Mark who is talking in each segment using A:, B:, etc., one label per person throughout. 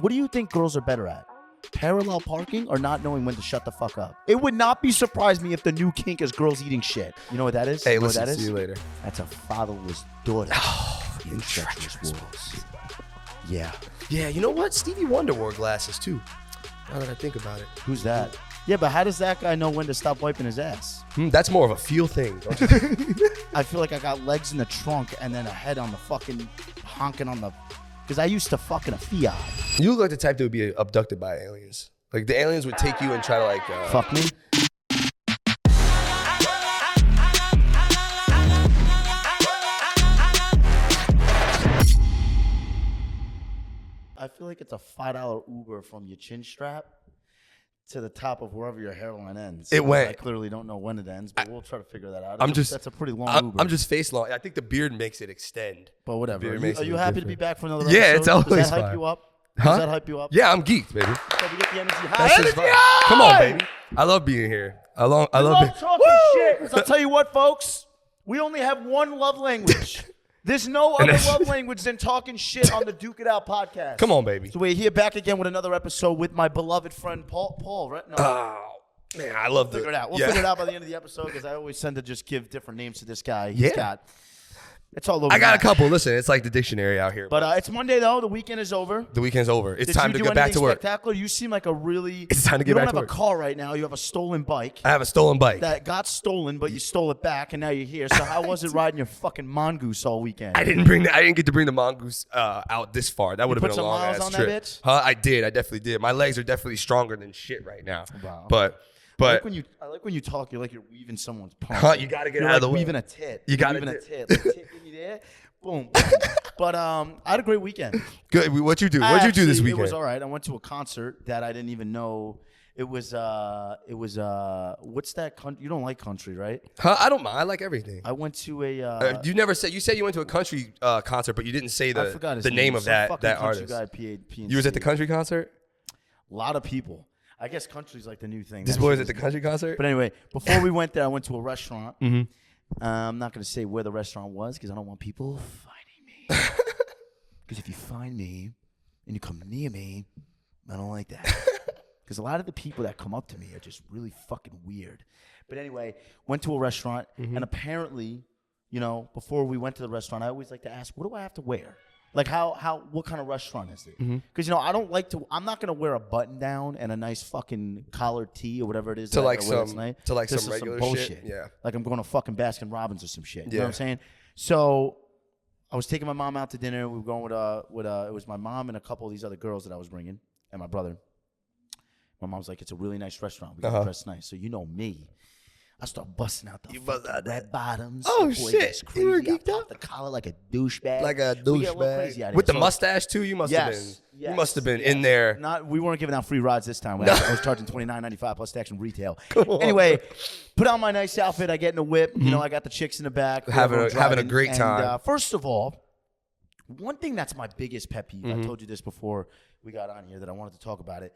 A: What do you think girls are better at? Parallel parking or not knowing when to shut the fuck up? It would not be surprise me if the new kink is girls eating shit. You know what that is?
B: Hey,
A: you know what
B: listen.
A: that
B: See
A: is?
B: you later.
A: That's a fatherless daughter.
B: Oh,
A: in treacherous wolves. Yeah.
B: Yeah, you know what? Stevie Wonder wore glasses too. Now that I think about it,
A: Who's that? Yeah, but how does that guy know when to stop wiping his ass?
B: Hmm, that's more of a feel thing. don't you think?
A: I feel like I got legs in the trunk and then a head on the fucking honking on the. Because I used to fucking a Fiat.
B: you look like the type that would be abducted by aliens. Like the aliens would take you and try to like. Uh,
A: Fuck me. I feel like it's a five dollar Uber from your chin strap to the top of wherever your hairline ends.
B: It went-
A: I clearly don't know when it ends, but we'll try to figure that out.
B: I'm just-
A: that's a pretty long
B: I'm,
A: Uber.
B: I'm just face long. I think the beard makes it extend.
A: but whatever.
B: Very
A: Are you,
B: amazing.
A: are you happy to be back for another?
B: Yeah, it's
A: episode?
B: always
A: Does that hype
B: fun.
A: you up?
B: Huh?
A: Does that hype you up?
B: Yeah, I'm geeked, baby.
A: So we get the energy high.
B: That's
A: Energy
B: just fun.
A: high!
B: Come on, baby. I love being here. I love. I love.
A: Love
B: being-
A: talking shit. 'Cause I'll tell you what, folks. We only have one love language. There's no
B: And
A: other
B: that's-
A: love language than talking shit on the Duke It Out podcast.
B: Come on, baby.
A: So we're here back again with another episode with my beloved friend Paul. Paul, right? No,
B: Oh, man, I love the.
A: figure it out. We'll
B: yeah.
A: figure it out by the end of the episode because I always tend to just give different names to this guy. He's
B: Yeah.
A: got. It's all over.
B: I got a
A: now.
B: couple. Listen, it's like the dictionary out here.
A: But uh, it's Monday though. The weekend is over.
B: the weekend's over. It's
A: Did
B: time
A: you
B: to
A: do
B: get back
A: anything
B: to work.
A: Spectacular. You seem like a really.
B: It's time to get
A: you don't
B: back to
A: have
B: work.
A: a car right now. You have a stolen bike.
B: I have a stolen bike.
A: that got stolen, but you stole it back, and now you're here. So how was it riding your fucking mongoose all weekend?
B: I didn't bring the, I didn't get to bring the mongoose uh, out this far. That would have
A: put
B: been a
A: some
B: long
A: miles
B: ass
A: on that
B: trip.
A: bitch?
B: Huh? I did. I definitely did. My legs are definitely stronger than shit right now.
A: Wow.
B: But
A: I
B: but
A: like when you I like when you talk. You're like you're weaving someone's pump.
B: Huh, you gotta get
A: You're
B: out of
A: like
B: the way.
A: Weaving a tit.
B: You
A: You're
B: gotta
A: weaving a
B: do-
A: tit. Like, tit give me there. Boom. boom. but um, I had a great weekend.
B: good. What you do? What you do this
A: Actually, Ah, It
B: weekend?
A: was all right. I went to a concert that I didn't even know. It was uh, it was uh, what's that country? You don't like country, right?
B: Huh? I don't mind. I like everything.
A: I went to a. Uh,
B: Uh, you never said you said you went to a country uh, concert, but you didn't say
A: I
B: the
A: forgot his
B: the name of
A: Some
B: that
A: fucking
B: that
A: country
B: artist.
A: Guy, P-
B: You was at the country concert.
A: A lot of people. I guess country's like the new thing.
B: This
A: That
B: boy
A: shit
B: was
A: is
B: at the country concert.
A: But anyway, before we went there, I went to a restaurant. Uh, I'm not going to say where the restaurant was because I don't want people finding me. Because if you find me and you come near me, I don't like that. Because a lot of the people that come up to me are just really fucking weird. But anyway, went to a restaurant
B: Mm-hmm.
A: and apparently, you know, before we went to the restaurant, I always like to ask, what do I have to wear? Like how how what kind of restaurant is it? Because
B: Mm-hmm.
A: you know I don't like to. I'm not gonna wear a button down and a nice fucking collared tee or whatever it is.
B: To
A: that I
B: like
A: gotta wear this
B: some-
A: night.
B: to like
A: This
B: some
A: is
B: regular shit,
A: bullshit.
B: yeah.
A: like I'm going to fucking Baskin Robbins or some shit. You know
B: Yeah.
A: what I'm saying? So I was taking my mom out to dinner. We were going with uh with uh it was my mom and a couple of these other girls that I was bringing and my brother. My mom's like, it's a really nice restaurant. We got
B: Uh-huh.
A: to dress nice. So you know me. I start busting out the
B: You bust
A: fucking
B: out
A: red bottoms.
B: Oh,
A: The boy
B: shit.
A: gets Crazy.
B: You were
A: I
B: geeked
A: pop
B: up?
A: The collar like a douchebag.
B: Like
A: We
B: a
A: get a little crazy out
B: douchebag
A: here.
B: with the
A: So-
B: mustache too. You must have been.
A: Yes,
B: You must have been
A: yes,
B: in there.
A: Not we weren't giving out free rides this time. I, was charging twenty nine ninety five plus tax and retail.
B: on.
A: Anyway, put on my nice outfit. I get in a whip. You know, I got the chicks in the back.
B: Having
A: whoever
B: a-
A: I'm
B: having a
A: driving.
B: great
A: And,
B: time.
A: uh, first of all, one thing that's my biggest pet peeve.
B: Mm-hmm.
A: I told you this before we got on here that I wanted to talk about it.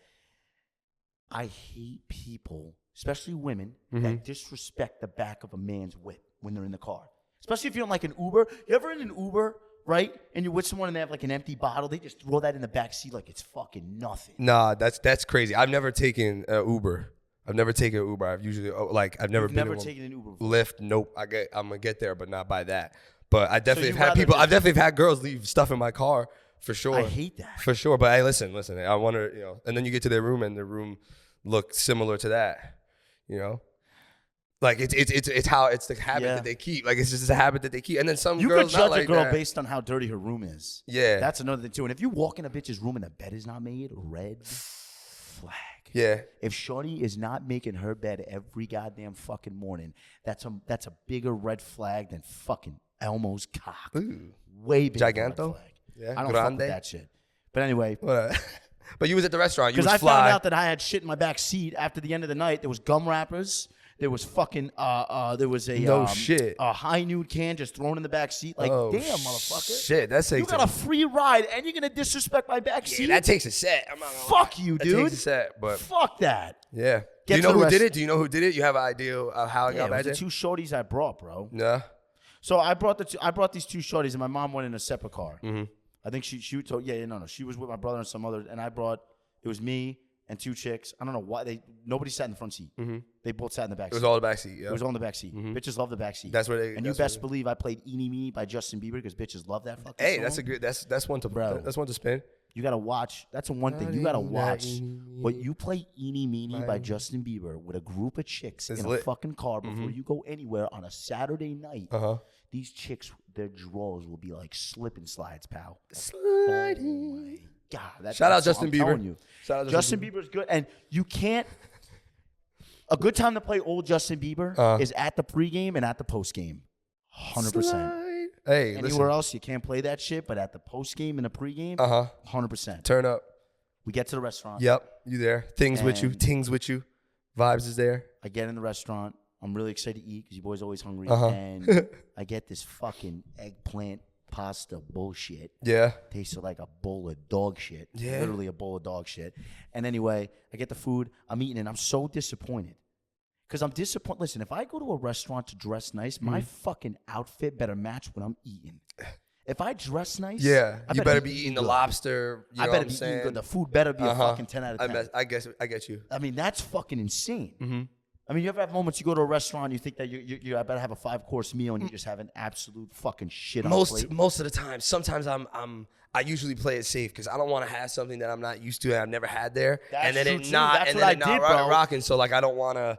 A: I hate people, especially women,
B: Mm-hmm.
A: that disrespect the back of a man's whip when they're in the car. Especially if you're in like an Uber. You ever in an Uber, right? And you're with someone and they have like an empty bottle, they just throw that in the back seat like it's fucking nothing.
B: Nah, that's that's crazy. I've never taken uh, Uber. I've never taken Uber. I've usually oh, like I've never
A: I've
B: been
A: never
B: in one.
A: taken an Uber. before.
B: Lyft. Nope. I get. I'm gonna get there, but not by that. But I definitely
A: you'd
B: have had
A: rather
B: people. I've
A: just-
B: definitely have had girls leave stuff in my car for sure.
A: I hate that.
B: for sure. But hey, listen, listen. I wonder, you know. And then you get to their room, and the room looks similar to that. You know. Like it's it's it's it's how it's the habit
A: Yeah.
B: that they keep. Like it's just a habit that they keep. And then some
A: You could
B: girls not
A: judge
B: like
A: a girl
B: that.
A: based on how dirty her room is.
B: Yeah.
A: That's another thing too. And if you walk in a bitch's room and the bed is not made, red flag.
B: Yeah.
A: If Shorty is not making her bed every goddamn fucking morning, that's a that's a bigger red flag than fucking Elmo's cock.
B: Ooh.
A: Way bigger red
B: Giganto?
A: flag.
B: Yeah,
A: I don't fuck with
B: grande.
A: that shit. But anyway,
B: Whatever. But you was at the restaurant. You was
A: because I
B: fly.
A: found out that I had shit in my back seat after the end of the night. There was gum wrappers. There was fucking uh uh. There was a
B: No
A: um,
B: shit.
A: a high nude can just thrown in the back seat. Like
B: Oh,
A: damn, motherfucker.
B: Shit, that takes
A: You got a free ride and you're gonna disrespect my back
B: Yeah,
A: seat.
B: that takes a set. I'm not gonna
A: Fuck
B: lie.
A: you,
B: That
A: dude.
B: takes a set, but
A: Fuck that.
B: yeah. Do
A: Get
B: you
A: to
B: know
A: the
B: who did
A: rest-
B: it? Do you know who did it? You have an idea of how it
A: Yeah,
B: got
A: it was
B: back
A: the
B: there?
A: two shorties I brought, bro.
B: No. Mm-hmm.
A: So I brought the two, I brought these two shorties, and my mom went in a separate car, I think she she told yeah, yeah no no she was with my brother and some other and I brought it was me and two chicks. I don't know why they nobody sat in the front seat. They both sat in the back.
B: Mm-hmm. It
A: seat.
B: was all the backseat. Yeah.
A: It was on the back seat. Bitches love the back seat.
B: That's where they-
A: And you
B: that's where
A: best
B: they-
A: believe I played "Eeny Meeny" by Justin Bieber because bitches love that fucking.
B: hey, that's
A: song.
B: a good. That's that's one to
A: Bro.
B: that's one to spin.
A: You gotta watch. That's the one thing you gotta watch. But you play "Eeny Meeny" by Justin Bieber with a group of chicks
B: It's
A: in
B: lit.
A: a fucking car before you go anywhere on a Saturday night.
B: Uh huh.
A: These chicks, their drawers will be like slip and slides, pal.
B: Sliding.
A: God, that's
B: Shout out
A: that's what
B: Justin
A: I'm
B: Bieber.
A: telling You.
B: Shout out
A: Justin Bieber's good, and you can't. A good time to play old Justin Bieber
B: Uh.
A: is at the pregame and at the postgame. Hundred percent.
B: Slide. Hey,
A: Anywhere
B: listen.
A: else you can't play that shit, but at the postgame and the pregame,
B: Uh huh.
A: hundred percent.
B: Turn up.
A: We get to the restaurant.
B: Yep. You there? Things with you.
A: And-
B: Things with you. Vibes is there.
A: I get in the restaurant. I'm really excited to eat because you boys always hungry,
B: Uh-huh.
A: and I get this fucking eggplant pasta bullshit.
B: Yeah.
A: tasted like a bowl of dog shit.
B: Yeah.
A: Literally a bowl of dog shit. And anyway, I get the food, I'm eating, and I'm so disappointed. Because I'm disappointed. Listen, if I go to a restaurant to dress nice, my
B: Mm.
A: fucking outfit better match what I'm eating. If I dress nice,
B: Yeah.
A: I
B: you better be
A: eating
B: eating the
A: good.
B: lobster. You
A: I
B: know
A: better
B: what I'm
A: be
B: saying?
A: eating good. The food better be
B: Uh-huh.
A: a fucking 10 out
B: I,
A: of 10.
B: mess- I guess I get you.
A: I mean, that's fucking insane.
B: Mm-hmm.
A: I mean, you ever have moments you go to a restaurant and you think that you, you, you I better have a five course meal and you just have an absolute fucking shit on a
B: most
A: plate?
B: most of the time sometimes i'm i'm i usually play it safe because i don't want to have something that i'm not used to and i've never had there
A: That's
B: and then
A: true,
B: it
A: too.
B: not
A: That's what
B: and then
A: I
B: it not
A: did,
B: ro-
A: bro.
B: rocking so like i don't want to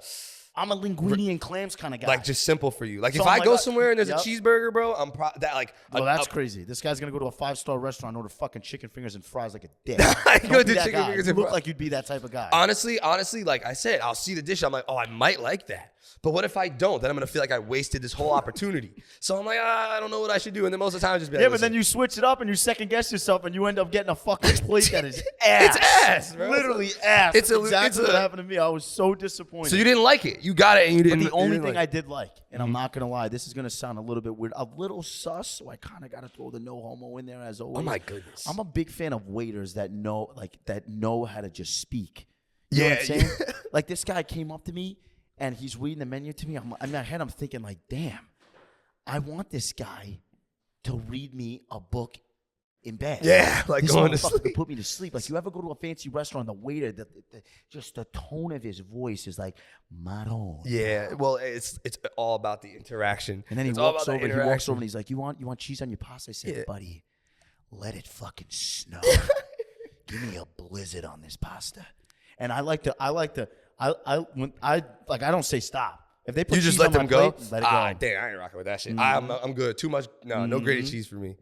A: I'm a linguine and clams kind of guy.
B: like just simple for you like
A: So
B: if
A: I'm
B: i
A: like,
B: go
A: uh,
B: somewhere and there's
A: yep.
B: a cheeseburger bro i'm pro- that like a-
A: Well, that's
B: a-
A: crazy. This guy's gonna go to a five star restaurant and order fucking chicken fingers and fries like a dick.
B: go
A: Don't be
B: to
A: that
B: chicken
A: guy.
B: fingers
A: You
B: and Uh,
A: look
B: fries.
A: like you'd be that type of guy.
B: honestly honestly like i said i'll see the dish i'm like oh i might like that but what if i don't then i'm gonna feel like i wasted this whole opportunity so i'm like ah, i don't know what i should do and then most of the time I just be like,
A: yeah, but
B: "Listen,
A: then you switch it up and you second guess yourself and you end up getting a fucking plate that is ass.
B: It's ass, bro.
A: Literally ass.
B: It's
A: It's
B: a-
A: exactly
B: it's
A: what
B: a-
A: happened to me. I was so disappointed.
B: so you didn't like it you got it and you
A: but
B: didn't
A: the only thing I
B: like, mm-hmm.
A: did like, and I'm not gonna lie, this is gonna sound a little bit weird, a little sus. So I kind of gotta throw the no homo in there as always.
B: Oh my goodness.
A: I'm a big fan of waiters that know, like that know how to just speak. You
B: yeah
A: know what I'm saying? like this guy came up to me and he's reading the menu to me. I'm, in my head, I'm thinking like, damn, I want this guy to read me a book in bed.
B: Yeah, like
A: this
B: going to
A: motherfucker could
B: sleep.
A: put me to sleep. Like you ever go to a fancy restaurant, the waiter, the, the- just the tone of his voice is like, Maron.
B: Yeah, well, it's it's all about the interaction.
A: And then he
B: It's all
A: walks
B: about
A: over.
B: the
A: He walks
B: interaction.
A: over and he's like, "You want you want cheese on your pasta?" I said,
B: Yeah.
A: "Buddy, let it fucking snow. Give me a blizzard on this pasta." And I like to I like to I I when I like I don't say stop. If they put
B: You just
A: cheese
B: let
A: on
B: them
A: my
B: go.
A: plate, let it go. Mm-hmm.
B: ah, damn, I ain't rocking with that shit. I'm I'm good. Too much. No, no grated cheese for me.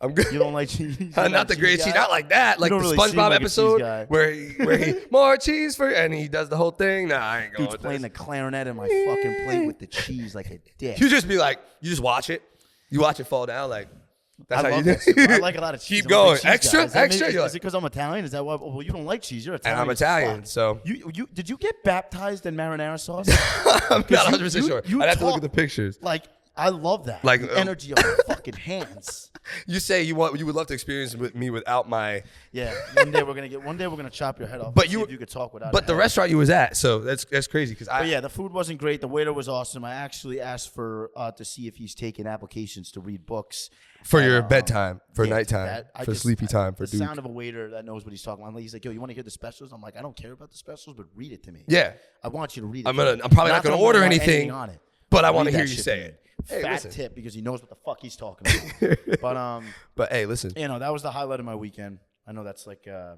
B: I'm good.
A: you don't like cheese? You're
B: not, the
A: a
B: grated cheese.
A: guy?
B: Not like that. Like the
A: don't really seem
B: SpongeBob
A: like a cheese
B: episode
A: guy.
B: where he where he more cheese for and he does the whole thing. Nah, I ain't going.
A: Dude's
B: with
A: playing
B: this.
A: the clarinet in my fucking plate with the cheese like a dick.
B: You just be like, you just watch it. You watch it fall down. Like that's
A: I
B: how
A: love
B: you
A: that soup.
B: do. it.
A: I like a lot of cheese.
B: Keep
A: I'm a big
B: going.
A: cheese guy.
B: Extra,
A: Is that maybe-
B: extra.
A: is
B: You're
A: it
B: like,
A: because I'm Italian? Is that why? Well, you don't like cheese. You're Italian.
B: I'm
A: as
B: Italian,
A: fuck.
B: so-
A: you you did you get baptized in marinara sauce?
B: I'm not 100 percent
A: you-
B: sure.
A: you
B: I'd have to look
A: talk-
B: at the pictures.
A: Like I love that.
B: Like,
A: the
B: um,
A: energy of my fucking hands.
B: You say you want you would love to experience with me without my
A: Yeah. One day we're gonna get. One day we're gonna chop your head off.
B: But
A: and
B: you-
A: see if you could talk without.
B: But
A: a
B: the
A: head.
B: restaurant you was at, so that's that's crazy because I
A: But yeah, the food wasn't great. The waiter was awesome. I actually asked for uh, to see if he's taking applications to read books
B: for your
A: Um,
B: bedtime, for
A: Yeah,
B: nighttime,
A: that- I
B: for
A: just-
B: sleepy
A: I-
B: time, for
A: the
B: Duke.
A: sound of a waiter that knows what he's talking about. Like, He's like, "Yo, you want to hear the specials?" I'm like, "I don't care about the specials, but read it to me."
B: yeah,
A: I want you to read it.
B: I'm
A: to
B: gonna-
A: me.
B: I'm probably not
A: that
B: gonna
A: I'm
B: order
A: want
B: anything,
A: on it,
B: but I wanna
A: Read
B: hear
A: that
B: you
A: shit
B: say
A: to
B: it.
A: me.
B: Hey,
A: Fat
B: listen.
A: tip because he knows what the fuck he's talking about. but um,
B: but hey, listen.
A: you know that was the highlight of my weekend. I know that's like uh,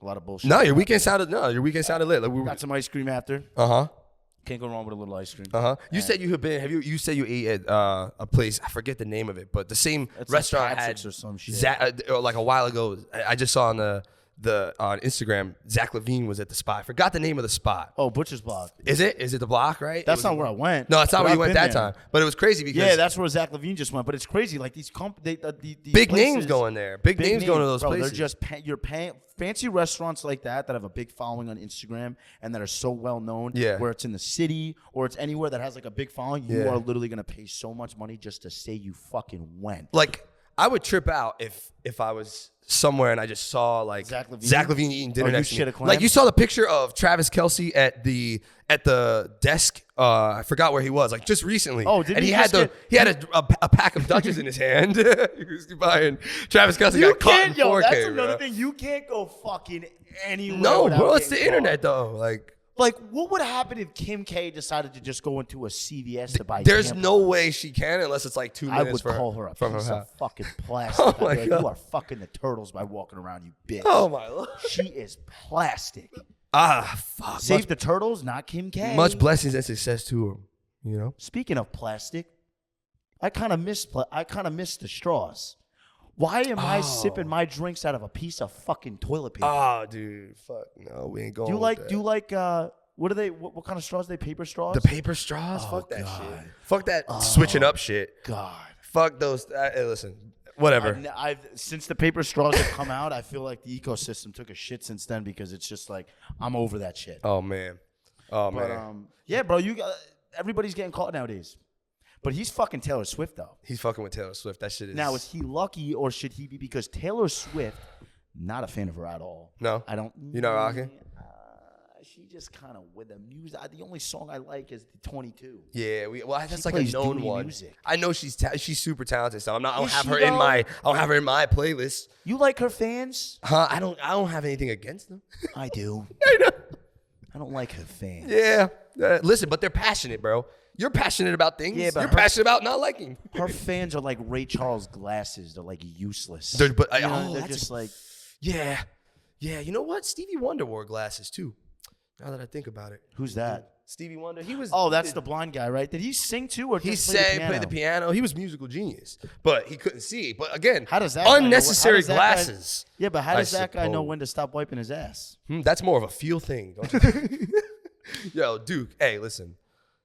A: a lot of bullshit.
B: No, your weekend sounded no, your weekend sounded lit. Like we were,
A: Got some ice cream after.
B: uh huh,
A: Can't go wrong with a little ice cream.
B: uh huh. You said you had been. Have you? You said you ate at uh, a place. I forget the name of it, but the same
A: It's like
B: restaurant
A: Patrick's
B: had
A: or some shit.
B: Za- uh, like a while ago. I, I just saw on the the on Instagram Zach Levine was at the spot. I forgot the name of the spot.
A: Oh, Butcher's Block.
B: Is it? Is it the block? Right?
A: That's
B: It was-
A: not where I went.
B: No, that's not
A: but
B: where you
A: I've
B: went
A: been
B: that
A: there.
B: time. But it was crazy because
A: Yeah, that's where Zach Levine just went. But it's crazy. Like these comp, they, uh, the, these
B: big names
A: places-
B: going there. Big,
A: big
B: names, going to
A: names,
B: those
A: bro,
B: places.
A: They're just pa- you're paying fancy restaurants like that that have a big following on Instagram and that are so well known.
B: Yeah.
A: where it's in the city or it's anywhere that has like a big following, you
B: Yeah.
A: are literally gonna pay so much money just to say you fucking went.
B: like I would trip out if if I was somewhere and I just saw like
A: Zach Levine?
B: eating dinner
A: Oh, you
B: next to me.
A: shoulda climbed?
B: Like you saw the picture of Travis Kelsey at the at the desk. Uh, I forgot where he was. Like just recently.
A: Oh, didn't
B: and
A: he
B: he, had
A: just
B: the
A: get-
B: he had a, a, a pack of Dutches in his hand. he was buying Travis Kelsey
A: You
B: got caught
A: can't,
B: in
A: yo.
B: 4K.
A: That's another
B: bro.
A: thing. You can't go fucking anywhere.
B: No,
A: without
B: bro, it's
A: getting
B: the
A: caught.
B: internet though. Like
A: Like, what would happen if Kim K decided to just go into a CVS to buy?
B: there's
A: tampons?
B: no way she can unless it's like two
A: I
B: minutes.
A: would
B: for-
A: call her a
B: from her
A: piece
B: house. Oh
A: of fucking plastic. I'd be
B: my
A: like,
B: God.
A: you are fucking the turtles by walking around, you bitch.
B: Oh my lord.
A: She is plastic.
B: Ah, fuck.
A: Save the turtles, not Kim K.
B: Much blessings and success to him. You know.
A: Speaking of plastic, I kind of miss pla- I kind of miss the straws. Why am I sipping my drinks out of a piece of fucking toilet paper?
B: Oh, dude, fuck no, we ain't going.
A: do you
B: with
A: like
B: that.
A: do you like uh what are they what, what kind of straws are they paper straws?
B: the paper straws?
A: Oh,
B: fuck that shit. Fuck that switching up shit.
A: God.
B: Fuck those. Uh, hey, listen, whatever.
A: I've, I've since the paper straws have come out, I feel like the ecosystem took a shit since then because it's just like I'm over that shit.
B: oh man. Oh
A: But
B: man.
A: um, yeah, bro, you got everybody's getting caught nowadays. But he's fucking Taylor Swift though.
B: He's fucking with Taylor Swift. That shit is.
A: Now is he lucky or should he be? Because Taylor Swift, not a fan of her at all.
B: No?
A: I don't.
B: You're not rocking?
A: Uh, she just kind of with the music. I, the only song I like is the 22.
B: Yeah, we, well, that's
A: She
B: like a
A: plays
B: known
A: Dooney
B: one.
A: music.
B: I know she's ta- she's super talented, so I'm not. I don't
A: Is
B: have
A: she
B: her in
A: though?
B: my. I don't have her in my playlist.
A: You like her fans?
B: Huh? I don't. I don't have anything against them.
A: I do.
B: I know.
A: I don't like her fans.
B: Yeah. Uh, listen, but they're passionate, bro. You're passionate about things.
A: Yeah, but
B: You're
A: her-
B: passionate about not liking.
A: Her fans are like Ray Charles glasses. They're like useless.
B: Dude, but I-
A: You know,
B: oh,
A: they're
B: that's a-
A: just like
B: Yeah. Yeah. You know what? Stevie Wonder wore glasses too. Now that I think about it.
A: who's that?
B: Stevie Wonder, he was.
A: Oh, that's the blind guy, right? Did he sing too, or
B: He
A: just play
B: sang,
A: the
B: played
A: piano?
B: the piano. He was musical genius, but he couldn't see. But again,
A: How does that guy know- how
B: unnecessary
A: does that guy-
B: glasses?
A: yeah, but how
B: I
A: does that guy know
B: suppose.
A: when to stop wiping his ass?
B: Hmm, that's more of a feel thing. Don't you think? Yo, Duke. Hey, listen.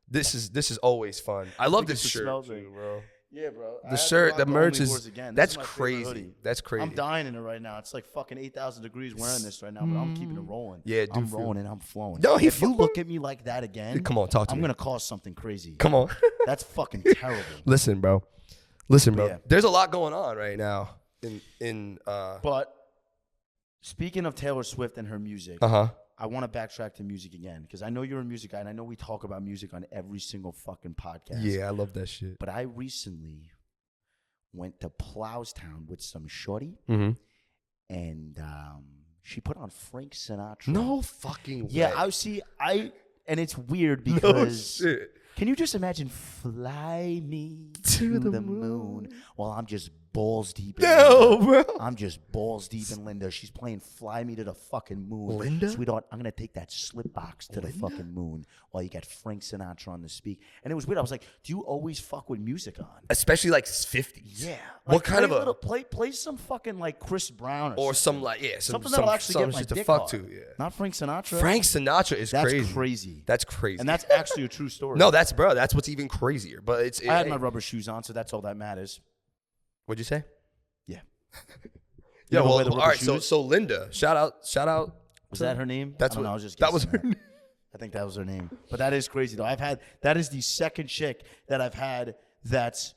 B: This is this is always fun. I love
A: Look at
B: this
A: the
B: shirt,
A: smell
B: too,
A: thing.
B: bro.
A: Yeah, bro.
B: The shirt, the merch is that's crazy. That's
A: I'm
B: crazy.
A: dying in it right now. It's like fucking eight thousand degrees wearing this right now, but I'm keeping it rolling.
B: Mm. Yeah, do
A: I'm
B: feel-
A: rolling and I'm flowing.
B: No, he
A: if you
B: fucking-
A: look at me like that again,
B: Come on, talk to
A: I'm
B: me.
A: gonna cause something crazy.
B: Come on.
A: That's fucking terrible.
B: Listen, bro. Listen, bro.
A: yeah.
B: There's a lot going on right now in in uh
A: But speaking of Taylor Swift and her music,
B: uh huh.
A: I want to backtrack to music again because I know you're a music guy and I know we talk about music on every single fucking podcast.
B: Yeah, I love that shit.
A: But I recently went to Plowstown with some shorty,
B: Mm-hmm.
A: and um, she put on Frank Sinatra.
B: No fucking way.
A: Yeah, I see. I and it's weird
B: no
A: because
B: shit.
A: can you just imagine fly me to, the, moon. while I'm just balls deep. in
B: No,
A: Linda.
B: bro.
A: I'm just balls deep in Linda. She's playing "Fly Me to the Fucking Moon."
B: Linda?
A: sweetheart, I'm gonna take that slip box to the fucking moon while you got Frank Sinatra on the speak. And it was weird. I was like, "Do you always fuck with music on?"
B: Especially like 50s.
A: Yeah.
B: What
A: Like,
B: kind
A: play
B: of a
A: little, play? Play some fucking like Chris Brown or,
B: or
A: something,
B: some like yeah, some,
A: something
B: some,
A: that'll actually
B: some
A: get my
B: shit to
A: dick
B: fuck
A: hard.
B: to. Yeah.
A: Not Frank Sinatra.
B: Frank Sinatra is
A: That's
B: crazy.
A: crazy.
B: That's crazy.
A: and that's actually a true story.
B: no, that's bro. That's what's even crazier. But it's.
A: I had
B: it-
A: my rubber shoes on, so that's all that matters.
B: What'd you say?
A: Yeah.
B: Yeah.
A: know
B: Well,
A: where the
B: all
A: rubber
B: right. So
A: shoes-
B: so Linda, shout out, shout out.
A: Was that her name?
B: That's
A: I don't
B: what
A: know, I was just
B: that was
A: guessing
B: her. name.
A: I think that was her name. But that is crazy though. I've had that is the second chick that I've had that's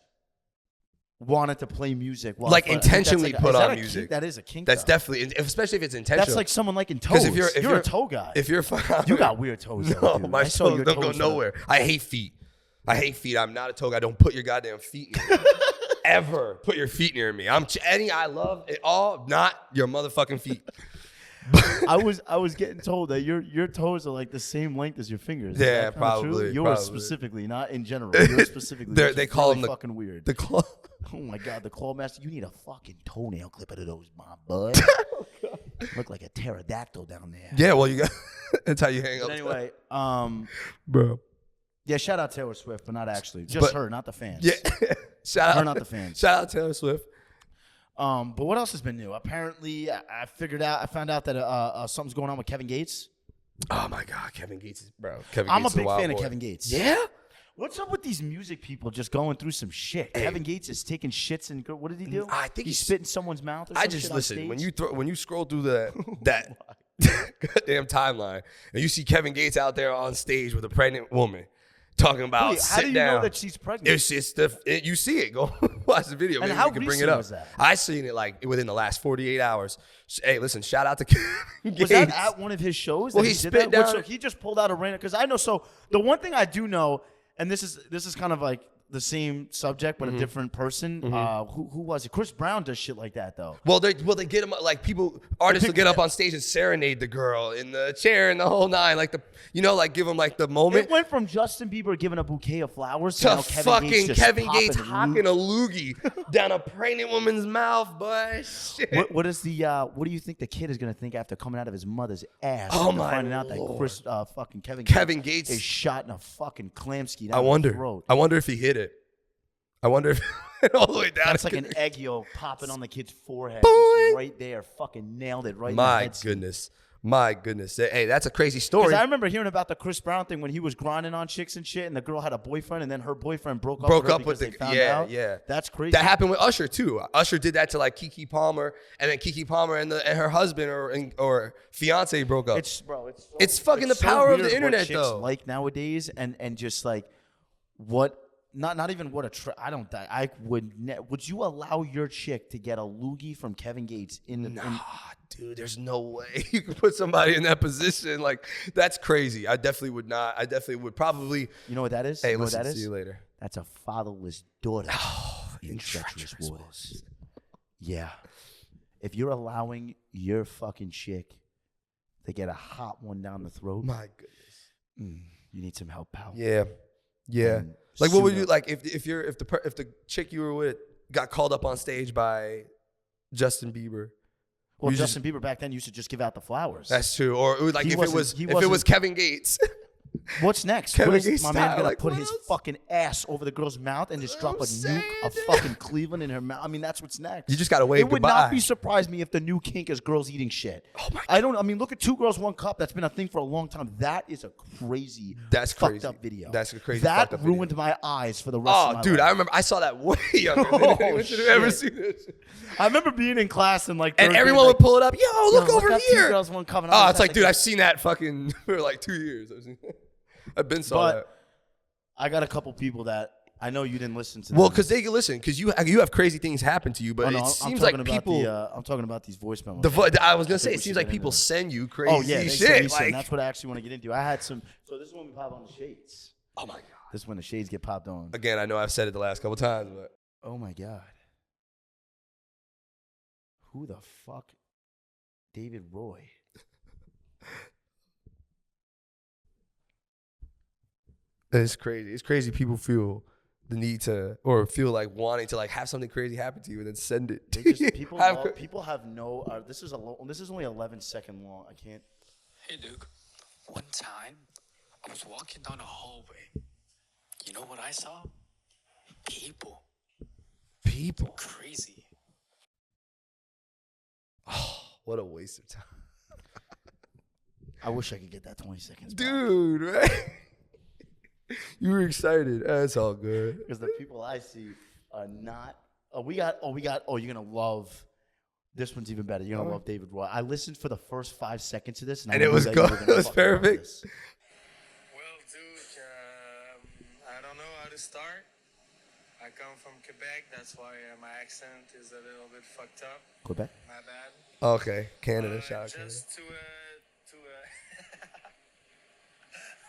A: wanted to play music while
B: Like
A: I think that's
B: intentionally
A: like a-
B: put
A: is that
B: on
A: a kink?
B: music.
A: That is a kink.
B: That's
A: though.
B: definitely, and especially if it's intentional.
A: that's like someone like in toes.
B: Because if you're if
A: a toe guy.
B: if you're
A: you got weird toes. though,
B: no,
A: dude.
B: my
A: I saw
B: toes
A: your
B: don't go
A: toes, though.
B: nowhere. I hate feet. I hate feet. I'm not a toe guy. Don't put your goddamn feet near me. ever. Put your feet near me. I'm ch- any I love it all, not your motherfucking feet.
A: I was I was getting told that your your toes are like the same length as your fingers. Is
B: Yeah,
A: that kinda True?
B: probably,
A: Yours
B: probably.
A: specifically, not in general. Yours specifically.
B: They're-
A: which
B: they
A: is
B: call
A: really
B: them the-
A: fucking weird.
B: The claw.
A: oh my god, the claw master. You need a fucking toenail clipper to those, my bud. Look like a pterodactyl down there.
B: Oh, Yeah, well you got. that's how you hang
A: But
B: up,
A: anyway, um,
B: bro.
A: yeah, shout out Taylor Swift, but not actually, just
B: But-
A: her, not the fans.
B: Yeah. Shout
A: Her,
B: out,
A: not the fans.
B: shout out Taylor Swift.
A: Um, but what else has been new? Apparently, I, I figured out, I found out that uh, uh, something's going on with Kevin Gates.
B: Oh my God, Kevin Gates, is- bro. Kevin
A: I'm a
B: Gates is
A: big
B: wild
A: fan of
B: boy.
A: Kevin Gates.
B: Yeah.
A: What's up with these music people just going through some shit? Kevin Gates is taking shits and gr- what did he do?
B: I think
A: he
B: he's-
A: spit in someone's mouth. Or
B: I
A: some
B: just
A: shit on
B: listen when
A: stage? Oh
B: you throw when you scroll through the that goddamn timeline and you see Kevin Gates out there on stage with a pregnant woman talking about
A: Wait,
B: sit
A: how do you
B: down.
A: know that she's pregnant?
B: It's just the it, you see it. Go watch the video.
A: And
B: Maybe
A: how
B: we can bring it
A: recent
B: up.
A: was that?
B: I seen it like within the last forty eight hours. S- Hey, listen, shout out to Kevin
A: was that
B: Gates.
A: at one of his shows?
B: Well,
A: that
B: he
A: did
B: spit
A: that? What-
B: down-
A: so he just pulled out a random. Because I know. So the one thing I do know, and this is this is kind of like the same subject but a
B: Mm-hmm.
A: different person. Uh, who who was it? Chris Brown does shit like that though.
B: Well, they well they get them like people artists will get up on stage and serenade the girl in the chair and the whole nine, like the you know like give them like the moment.
A: It went from Justin Bieber giving a bouquet of flowers to,
B: to
A: now Kevin
B: fucking
A: Gates just
B: Kevin
A: popping
B: Gates
A: the
B: hocking a loogie down a pregnant woman's mouth, boy. Shit.
A: what, what is the uh, what do you think the kid is gonna think after coming out of his mother's ass?
B: Oh
A: after
B: my
A: Finding out that
B: Lord.
A: Chris uh, fucking Kevin
B: Kevin Gates-
A: is shot in a fucking clamsky. Down
B: I wonder.
A: His throat.
B: I wonder if he hit it. I wonder if all the way down.
A: That's
B: it
A: like an
B: could-
A: egg yolk popping on the kid's forehead,
B: Boing.
A: just right there. Fucking nailed it right. in the
B: My
A: head.
B: goodness. My goodness. Hey, that's a crazy
A: Because
B: story.
A: I remember hearing about the Chris Brown thing when he was grinding on chicks and shit, and the girl had a boyfriend, and then her boyfriend broke up.
B: Broke
A: with her
B: up with
A: because
B: the-
A: they found
B: yeah,
A: out.
B: yeah.
A: That's crazy.
B: That happened with Usher too. Usher did that to like Kiki Palmer, and then Kiki Palmer and, the, and her husband or and, or fiance broke up.
A: It's bro. It's so-
B: It's fucking the
A: so
B: power
A: weird
B: of the
A: what
B: internet,
A: chicks
B: though.
A: Like nowadays, and and just like what. Not, not even what a tra- I don't die. I would ne- would you allow your chick to get a loogie from Kevin Gates in, in-
B: nah, dude, there's no way you could put somebody in that position. Like that's crazy. I definitely would not. I definitely would probably.
A: you know what that is?
B: Hey,
A: you know what
B: listen.
A: that is?
B: see you later.
A: That's a fatherless daughter
B: Oh,
A: in treacherous waters. Yeah. If you're allowing your fucking chick to get a hot one down the throat, mm,
B: My goodness.
A: you need some help, pal.
B: Yeah, yeah.
A: And
B: like, what would
A: sooner-
B: you like if if you're if the per- if the chick you were with got called up on stage by Justin Bieber?
A: Well,
B: You just-
A: Justin Bieber back then used to just give out the flowers.
B: That's true. Or it would, like
A: He
B: if it
A: wasn't-
B: was
A: he
B: if it was
A: wasn't-
B: Kevin Gates.
A: What's next?
B: Kevin
A: What is-
B: Gates
A: my
B: style,
A: man's gonna
B: like,
A: put
B: what
A: his
B: else?
A: fucking ass over the girl's mouth and just
B: That's
A: drop
B: what
A: a
B: I'm
A: nuke of
B: saying,
A: fucking Cleveland in her mouth. I mean, that's what's next.
B: You just gotta wave
A: It would not
B: goodbye.
A: be surprise me if the new kink is girls eating shit. Oh
B: my
A: I don't. I mean, look at two girls, one cup. That's been a thing for a long time. That is a crazy,
B: That's
A: fucked
B: crazy.
A: up video.
B: That's a crazy
A: That
B: fucked up video.
A: ruined my eyes for the rest. of
B: oh,
A: my
B: dude, I
A: life.
B: remember I saw that way younger than
A: Oh,
B: anyone should have ever
A: shit.
B: seen this.
A: I remember being in class and like,
B: And
A: third grade,
B: everyone
A: like,
B: would pull it up. Yo, look
A: "Yo,
B: over
A: up
B: here.
A: Two girls, one cup. and I
B: oh,
A: was
B: it's like,
A: that
B: dude, I've seen that fucking for like two years. I've, seen I've been saw
A: But-
B: that.
A: I got a couple people that I know you didn't listen to.
B: Well,
A: them.
B: because they can listen, because you you have crazy things happen to you, but
A: Oh, no,
B: it
A: I'm- I'm
B: seems
A: talking about
B: like people.
A: The, uh, I'm talking about these voice memos.
B: The vo- I was gonna say,
A: we
B: it
A: should
B: seems like
A: get into
B: people
A: that.
B: send you crazy
A: Oh yeah, they sent me
B: shit.
A: shit.
B: Like,
A: that's what I actually want to get into. I had some. So this is when we pop on the shades.
B: oh my god!
A: This is when the shades get popped on.
B: Again, I know I've said it the last couple times, but
A: Oh my god. Who the fuck? David Roy.
B: it's crazy. It's crazy. People feel the need to, or feel like wanting to, like have something crazy happen to you and then send it.
A: They
B: to you.
A: just, people,
B: Have
A: know-
B: cra-
A: people have no. Uh, this is a. Lo- this is only 11 second long. I can't.
C: Hey, Luke. One time, I was walking down a hallway. You know what I saw? People.
B: people.
C: Crazy.
B: What a waste of time,
A: I wish I could get that 20 seconds.
B: dude. Right? you were excited. That's all good.
A: because the people I see are not. Oh, we got. Oh, we got. Oh, you're gonna love. This one's even better. You're gonna love David Roy. I listened for the first five seconds of this, and, I
B: Oh. And it
A: knew
B: was
A: that you were
B: good.
A: gonna
B: It was
A: fucking love
B: perfect.
A: this.
D: Well, dude, um, I don't know how to start. I come from Quebec, that's why uh, my accent is a little bit fucked up.
A: Quebec.
D: My bad.
B: Okay, Canada.
D: Uh,
B: shout out Canada.
D: just to, uh, to,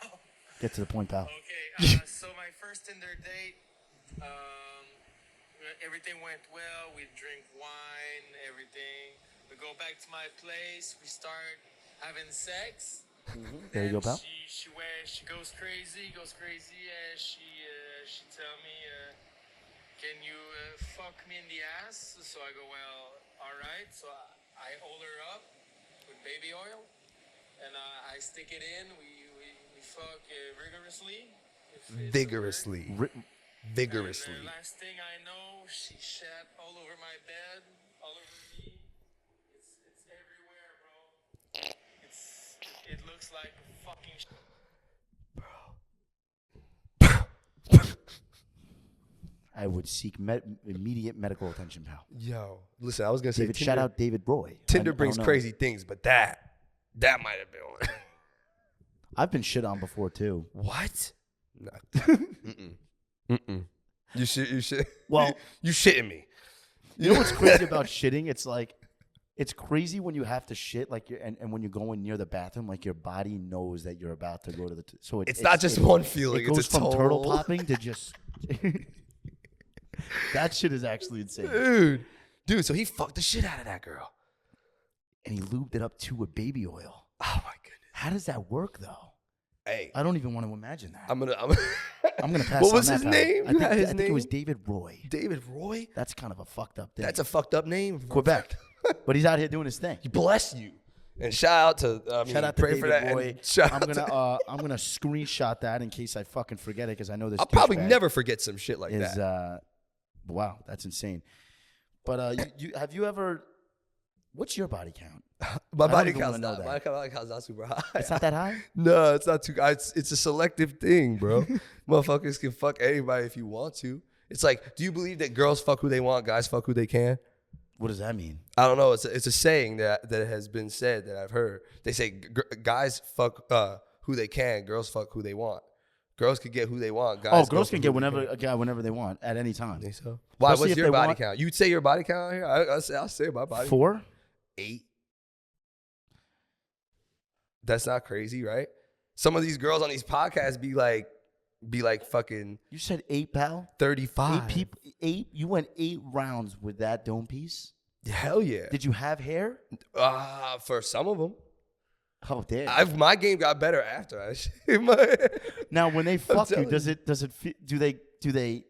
D: uh,
A: Get to the point, pal.
D: okay. Uh, so my first Tinder date, um, everything went well. We drink wine, everything. We go back to my place. We start having sex.
A: Mm-hmm. There you go, pal.
D: And She she wears, she goes crazy, goes crazy, and she uh, she tell me, uh, "Can you uh, fuck me in the ass?" So I go, "Well, all right." So I, I hold her up with baby oil, and uh, I I stick it in. We we, we fuck uh, rigorously. if it's a word.
B: Vigorously,
A: Ri-
B: vigorously.
D: And the last thing I know, she shat all over my bed, all over me. It's it's everywhere, bro. It's it looks like a fucking. Sh-
A: I would seek med- immediate medical attention, pal.
B: Yo, listen. I was gonna say
A: David, shout
B: Tinder-
A: out David Roy. I- I
B: Tinder
A: don't
B: brings
A: know.
B: crazy things, but that that might have been one.
A: I've been shit on before too.
B: What? Nah. Mm-mm. Mm-mm. You shit. You shit.
A: Well-
B: you, shitting me.
A: You know what's crazy about shitting? It's like, it's crazy when you have to shit, like, you're, and, and when you're going near the bathroom, like your body knows that you're about to go to the. T- so it,
B: It's, not just
A: it-
B: one
A: It
B: feeling.
A: goes
B: it's a
A: from
B: total.
A: turtle popping to just. that shit is actually insane.
B: dude. Dude, so he fucked the shit out of that girl.
A: And he lubed it up too with baby oil.
B: Oh my goodness.
A: How does that work though?
B: Hey,
A: I don't even want to imagine that.
B: I'm gonna. I'm,
A: Uh, I'm gonna pass.
B: What
A: on
B: was
A: that
B: his
A: battle.
B: name?
A: I
B: You
A: think,
B: had
A: I
B: his
A: think it was
B: name?
A: David Roy.
B: David Roy.
A: That's kind of a fucked up thing.
B: That's a fucked up name. from
A: Quebec, but he's out here doing his thing.
B: Bless you. And shout out to. I mean,
A: Shout out to
B: pray
A: David
B: for that. and
A: Roy.
B: shout
A: I'm
B: out
A: gonna
B: to-
A: uh, I'm gonna screenshot that in case I fucking forget it because I know this.
B: I'll probably
A: douchebag
B: never forget some shit like
A: is.
B: that.
A: Uh, wow, that's insane. But uh, you, you have you ever? What's your body count?
B: My
A: I don't
B: body
A: even wanna
B: count's
A: know
B: not.
A: that.
B: My body count's not super high.
A: It's not that high.
B: No, it's not too. It's it's a selective thing, bro. Motherfuckers can fuck anybody if you want to. It's like, do you believe that girls fuck who they want, guys fuck who they can?
A: What does that mean?
B: I don't know. It's a, it's a saying that that has been said that I've heard. They say g- gr- guys fuck uh, who they can, girls fuck who they want. Girls can get who they want. Guys
A: Oh,
B: go
A: girls can
B: for who
A: get
B: they
A: whenever a guy whenever they want at any time.
B: Think so? Why?
A: Especially
B: What's
A: if
B: your
A: they
B: body
A: want-
B: count? You'd say your body count out here. I, I say, I'll say my body.
A: Four.
B: eight. That's not crazy, right? Some of these girls on these podcasts be like, be like fucking
A: You said eight, pal.
B: thirty-five.
A: Eight people. Eight. You went eight rounds with that dome piece.
B: Hell yeah!
A: Did you have hair?
B: Ah, for some of them,
A: Oh damn!
B: I've, my game got better after. I shaved my-
A: now, when they fuck you,
B: telling
A: does it does it fe- do they do they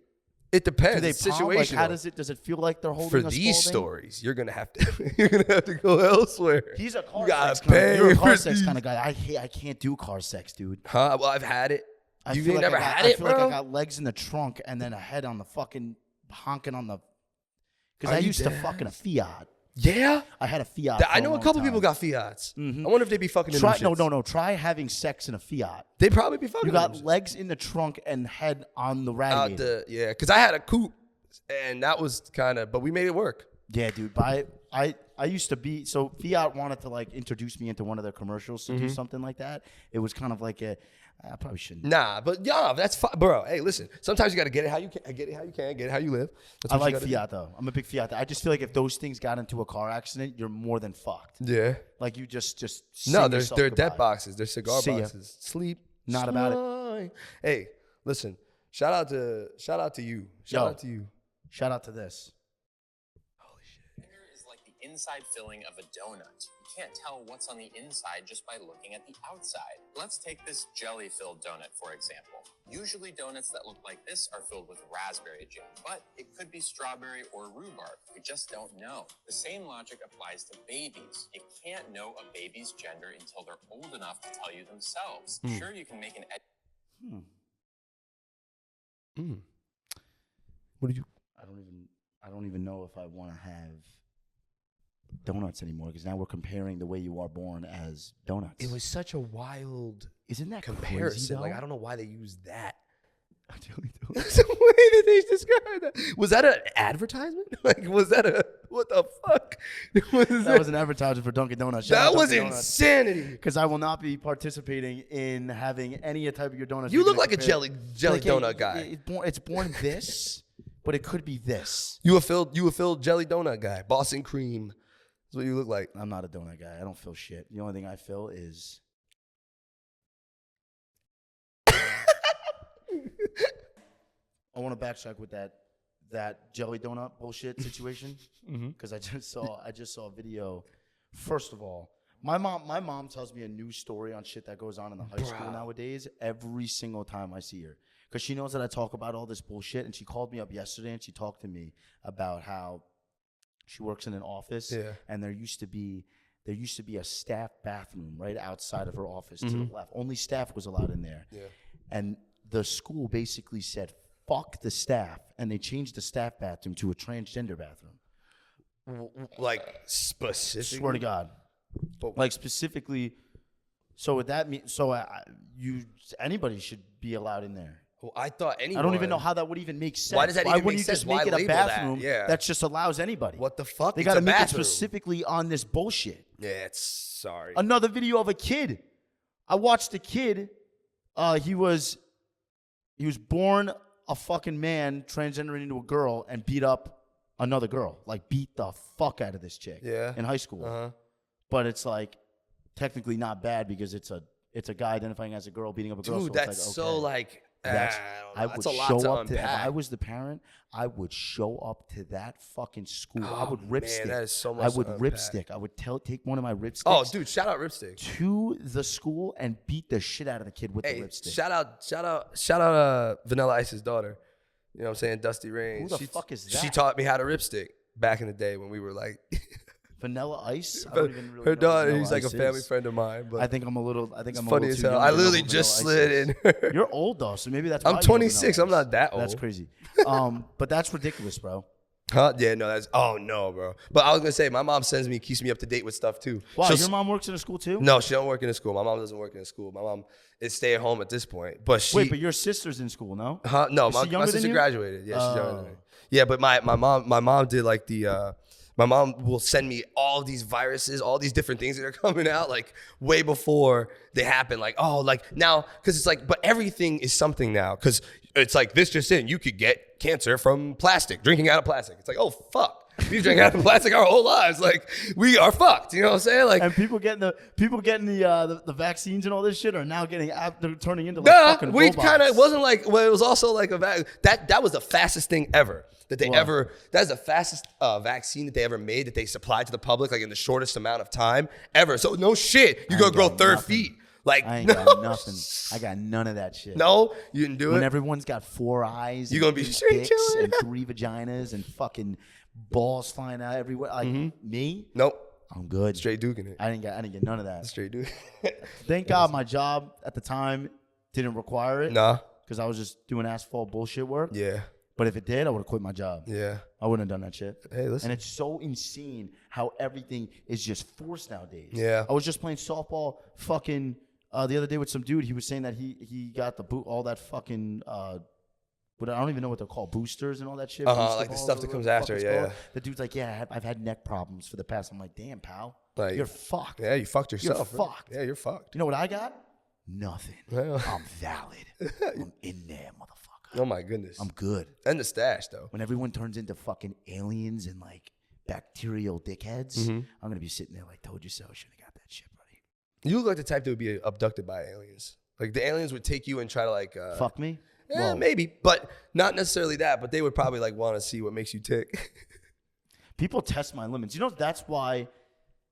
B: it depends.
A: do they
B: it's
A: palm? Like, how
B: situational.
A: does it does it feel like they're holding
B: for
A: a
B: these
A: Spalding?
B: stories, you're gonna have to you're gonna have to go elsewhere.
A: He's a car
B: You gotta
A: sex kind of, you're a
B: pay
A: car
B: for
A: sex
B: these.
A: kind of guy. I hate, I can't do car sex, dude.
B: huh? Well, I've had it.
A: I
B: You've
A: feel like
B: never
A: I got,
B: had
A: I
B: it,
A: feel
B: bro.
A: like I got legs in the trunk and then a head on the fucking honking on the. Because
B: Are
A: I
B: you
A: used to
B: dead
A: fuck in a Fiat.
B: yeah,
A: I had a Fiat.
B: Th-
A: for
B: I know a
A: long
B: couple
A: time. Mm-hmm.
B: people got Fiats. I wonder if they be fucking. in
A: Try
B: them
A: no
B: shits.
A: no no. Try having sex in a Fiat.
B: They probably be fucking.
A: You
B: in
A: got
B: them shits.
A: legs in the trunk and head on the
B: out
A: radiator.
B: the yeah, because I had a coupe, and that was kind of, but we made it work.
A: Yeah, dude. By I I used to be so Fiat wanted to like introduce me into one of their commercials to do
B: Mm-hmm.
A: something like that. It was kind of like a I probably shouldn't.
B: Nah, but yeah, that's fi- bro. Hey, listen, sometimes you gotta get it how you can, get it how you can, get it how you live. That's
A: I
B: what
A: like
B: you gotta do.
A: Fiat though. I'm a big Fiat. I just feel like if those things got into a car accident, you're more than fucked.
B: Yeah.
A: Like you just just
B: no,
A: sing
B: there's
A: yourself
B: they're debt
A: goodbye.
B: boxes, they're cigar
A: See ya.
B: boxes. Sleep.
A: Not about it.
B: it. Hey, listen. Shout out to shout out to you. Shout
A: Yo.
B: out to you.
A: Shout out to this.
E: Hair is like the inside filling of a donut. You can't tell what's on the inside just by looking at the outside. Let's take this jelly filled donut, for example. Usually, donuts that look like this are filled with raspberry jam, but it could be strawberry or rhubarb. We just don't know. The same logic applies to babies. You can't know a baby's gender until they're old enough to tell you themselves. Sure, you can make an ed-
A: Hmm.
B: What did you?
A: I don't even I don't even know if I want to have donuts anymore because now we're comparing the way you are born as donuts.
B: It was such a wild
A: isn't that Crazy,
B: comparison.
A: though?
B: Like I don't know why they used that.
A: I really don't.
B: That's the way that they described that. Was that an advertisement? Like, was that a what the fuck? Was
A: That was an advertisement for Dunkin' Donuts. Shout out
B: that was
A: Dunkin' Donuts.
B: insanity.
A: Because I will not be participating in having any type of your donuts.
B: You
A: You're
B: look
A: gonna
B: like a
A: compare-
B: jelly jelly
A: Like, hey,
B: donut
A: it-
B: guy.
A: It's born, it's born this, but it could be this.
B: You a filled you a filled jelly donut guy. Boston cream. That's what you look like.
A: I'm not a donut guy. I don't feel shit. The only thing I feel is I want to backtrack with that that jelly donut bullshit situation because I just saw I just saw a video. First of all, my mom my mom tells me a new story on shit that goes on in the high school nowadays every single time I see her because she knows that I talk about all this bullshit and she called me up yesterday and she talked to me about how she works in an office
B: Yeah.
A: and there used to be there used to be a staff bathroom right outside of her office to
B: Mm-hmm.
A: the left. Only staff was allowed in there. And the school basically said, fuck the staff. And they changed the staff bathroom to a transgender bathroom.
B: Like specific.
A: Swear to God. Like specifically, so with that mean, so I, I- you anybody should be allowed in there.
B: Well, I thought anyone.
A: I don't even know how that would even make sense.
B: Why does that
A: Why
B: even
A: wouldn't
B: make
A: you
B: sense?
A: just
B: Why
A: make it a
B: label that?
A: bathroom
B: Yeah.
A: that just allows anybody?
B: What the fuck?
A: They
B: It's
A: got to
B: a
A: make it
B: bathroom.
A: specifically on this bullshit.
B: Yeah, it's sorry.
A: another video of a kid. I watched a kid. Uh, he was He was born a fucking man, transgendered into a girl, and beat up another girl. Like beat the fuck out of this chick.
B: Yeah.
A: In high school.
B: Uh-huh.
A: But it's like technically not bad because it's a it's a guy identifying as a girl beating up a girl.
B: Dude,
A: so it's
B: that's
A: like,
B: so
A: okay.
B: like.
A: That's, I
B: ah, don't know.
A: would
B: That's a lot
A: show
B: to
A: up to. If
B: unpack.
A: I was the parent, I would show up to that fucking school. I
B: Oh,
A: would rip
B: man,
A: stick.
B: that is so
A: I
B: much to
A: would rip
B: unpack.
A: stick. I would tell take one of my rip sticks
B: Oh, dude! Shout out Ripstick.
A: to the school and beat the shit out of the kid with
B: Hey,
A: the rip stick.
B: shout out, shout out, shout out, uh, Vanilla Ice's daughter. You know what I'm saying? Dusty Rain.
A: Who the fuck is
B: She
A: that?
B: taught me how to ripstick back in the day when we were like.
A: Vanilla Ice. I
B: her
A: don't even really know what
B: daughter.
A: Vanilla
B: He's like a
A: Ice
B: family
A: is.
B: friend of mine, but
A: I think I'm a little. I think I'm
B: it's
A: a
B: funny
A: little
B: as
A: too
B: hell.
A: young
B: I
A: to know who
B: literally just
A: Vanilla Ice
B: slid
A: is.
B: in her.
A: You're old though, so maybe that's.
B: I'm
A: why you know Vanilla
B: 26, I'm
A: Ice.
B: not that
A: That's
B: old.
A: crazy. Um, but that's ridiculous, bro.
B: Huh? Yeah, no, that's oh no, bro. But I was gonna say, my mom sends me, keeps me up to date with stuff too.
A: Wow,
B: She'll
A: your
B: s-
A: mom works in a school too.
B: No, she don't work in a school. My mom doesn't work in a school. My mom is stay at home at this point. But she,
A: Wait, but your sister's in school, no?
B: huh? No,
A: Is
B: my,
A: she
B: my
A: younger than
B: sister
A: you?
B: graduated. Yeah, she's younger
A: Oh.
B: than me. Yeah, but my my mom my mom did like the. uh my mom will send me all these viruses, all these different things that are coming out, like way before they happen. Like, oh, like now, because it's like, but everything is something now. Because it's like, this just in, you could get cancer from plastic, drinking out of plastic. It's like, oh, fuck. We've drank out of plastic our whole lives. Like, we are fucked. You know what I'm saying? Like,
A: And people getting the people getting the, uh, the the vaccines and all this shit are now getting out. They're turning into like
B: Nah,
A: fucking
B: we
A: robots.
B: kind of wasn't like. Well, it was also like a vac- that. That was the fastest thing ever that they
A: Wow.
B: ever. That's the fastest uh, vaccine that they ever made that they supplied to the public like in the shortest amount of time ever. So no shit, you
A: I
B: gonna
A: ain't
B: grow
A: got
B: third
A: nothing.
B: feet. Like
A: I ain't
B: no,
A: got nothing. I got none of that shit.
B: no, you didn't do
A: When
B: it.
A: everyone's got four eyes,
B: You
A: and
B: gonna be
A: three
B: straight
A: dicks
B: chilling
A: and
B: out.
A: three vaginas and fucking balls flying out everywhere. Like me,
B: nope,
A: I'm good.
B: Mm-hmm. straight duking it.
A: I didn't get. I didn't get none of that.
B: Straight duke.
A: Thank God my job at the time didn't require it
B: nah,
A: because I was just doing asphalt bullshit work.
B: yeah,
A: But if it did, I would have quit my job.
B: yeah.
A: I wouldn't have done that shit.
B: Hey, listen.
A: And it's so insane how everything is just forced nowadays.
B: Yeah.
A: I was just playing softball fucking uh, the other day with some dude. He was saying that he he got the boot all that fucking uh but I don't even know what they're called, boosters and all that shit.
B: Uh-huh,
A: booster
B: like the
A: balls
B: stuff
A: or
B: that
A: whatever
B: comes
A: the fuck
B: after,
A: it's
B: yeah,
A: called.
B: yeah.
A: The dude's like, yeah, I have, I've had neck problems for the past. I'm like, damn, pal,
B: Like-
A: you're fucked.
B: Yeah, you fucked yourself. right?
A: fucked.
B: Yeah, you're fucked.
A: You know what I got? Nothing.
B: Well.
A: I'm valid. I'm in there, motherfucker.
B: Oh my goodness.
A: I'm good
B: and the stash though.
A: when everyone turns into fucking aliens and like bacterial dickheads,
B: Mm-hmm.
A: I'm gonna be sitting there like, "Told you so." Should have got that shit, buddy.
B: You look like the type that would be abducted by aliens. Like the aliens would take you and try to like uh,
A: Fuck me.
B: Yeah,
A: Whoa.
B: maybe, but not necessarily that. But they would probably like want to see what makes you tick.
A: People test my limits. You know that's why.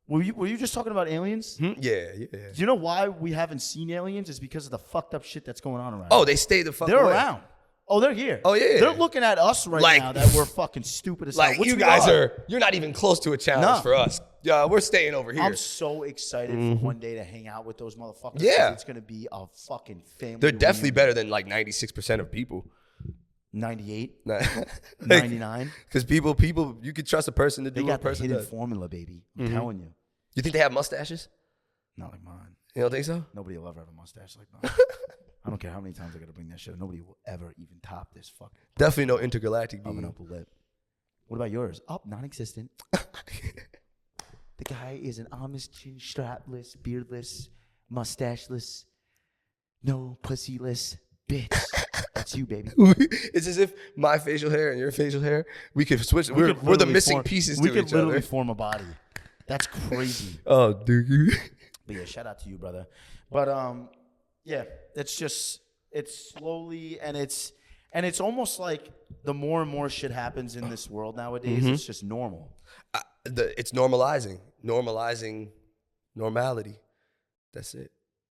A: Were you were you just talking about aliens?
B: yeah, yeah. yeah.
A: Do you know why we haven't seen aliens? Is because of the fucked up shit that's going on around.
B: Oh, they stay the fuck.
A: they're
B: away.
A: around. Oh, they're here.
B: Oh, yeah.
A: They're looking at us right
B: Like-
A: now that we're fucking stupid as
B: Like
A: hell. which
B: you
A: we
B: guys are. You're not even close to a challenge
A: Nah.
B: for us. Yeah, we're staying over here. Mm-hmm.
A: I'm so excited for one day to hang out with those motherfuckers. 'cause
B: Yeah.
A: it's gonna be a fucking family.
B: they're definitely better than like 96 percent of people.
A: ninety eight.
B: Because
A: 99.
B: people, people, you could trust a person to
A: They
B: do what a
A: got the
B: person
A: hidden
B: does.
A: formula, baby. I'm
B: Mm-hmm.
A: telling you.
B: you think they have mustaches?
A: Not like mine.
B: You don't think so?
A: Nobody will ever have a mustache like mine. I don't care how many times I got to bring that shit up. Nobody will ever even top this fucking
B: Definitely no intergalactic
A: of an
B: being.
A: upper lip. What about yours? Up, non existent. the guy is an Amish chin strapless, beardless, mustacheless, no pussyless bitch. That's you, baby.
B: it's as if my facial hair and your facial hair, we could switch. We are
A: could
B: we're the
A: literally
B: missing
A: form-
B: pieces
A: We
B: to
A: could
B: each
A: literally
B: other.
A: form a body. That's crazy.
B: Oh, dude.
A: But yeah, shout out to you, brother. But um, yeah, it's just it's slowly and it's and it's almost like the more and more shit happens in this world nowadays,
B: Mm-hmm.
A: it's just normal.
B: I, the, it's normalizing, normalizing normality. That's it.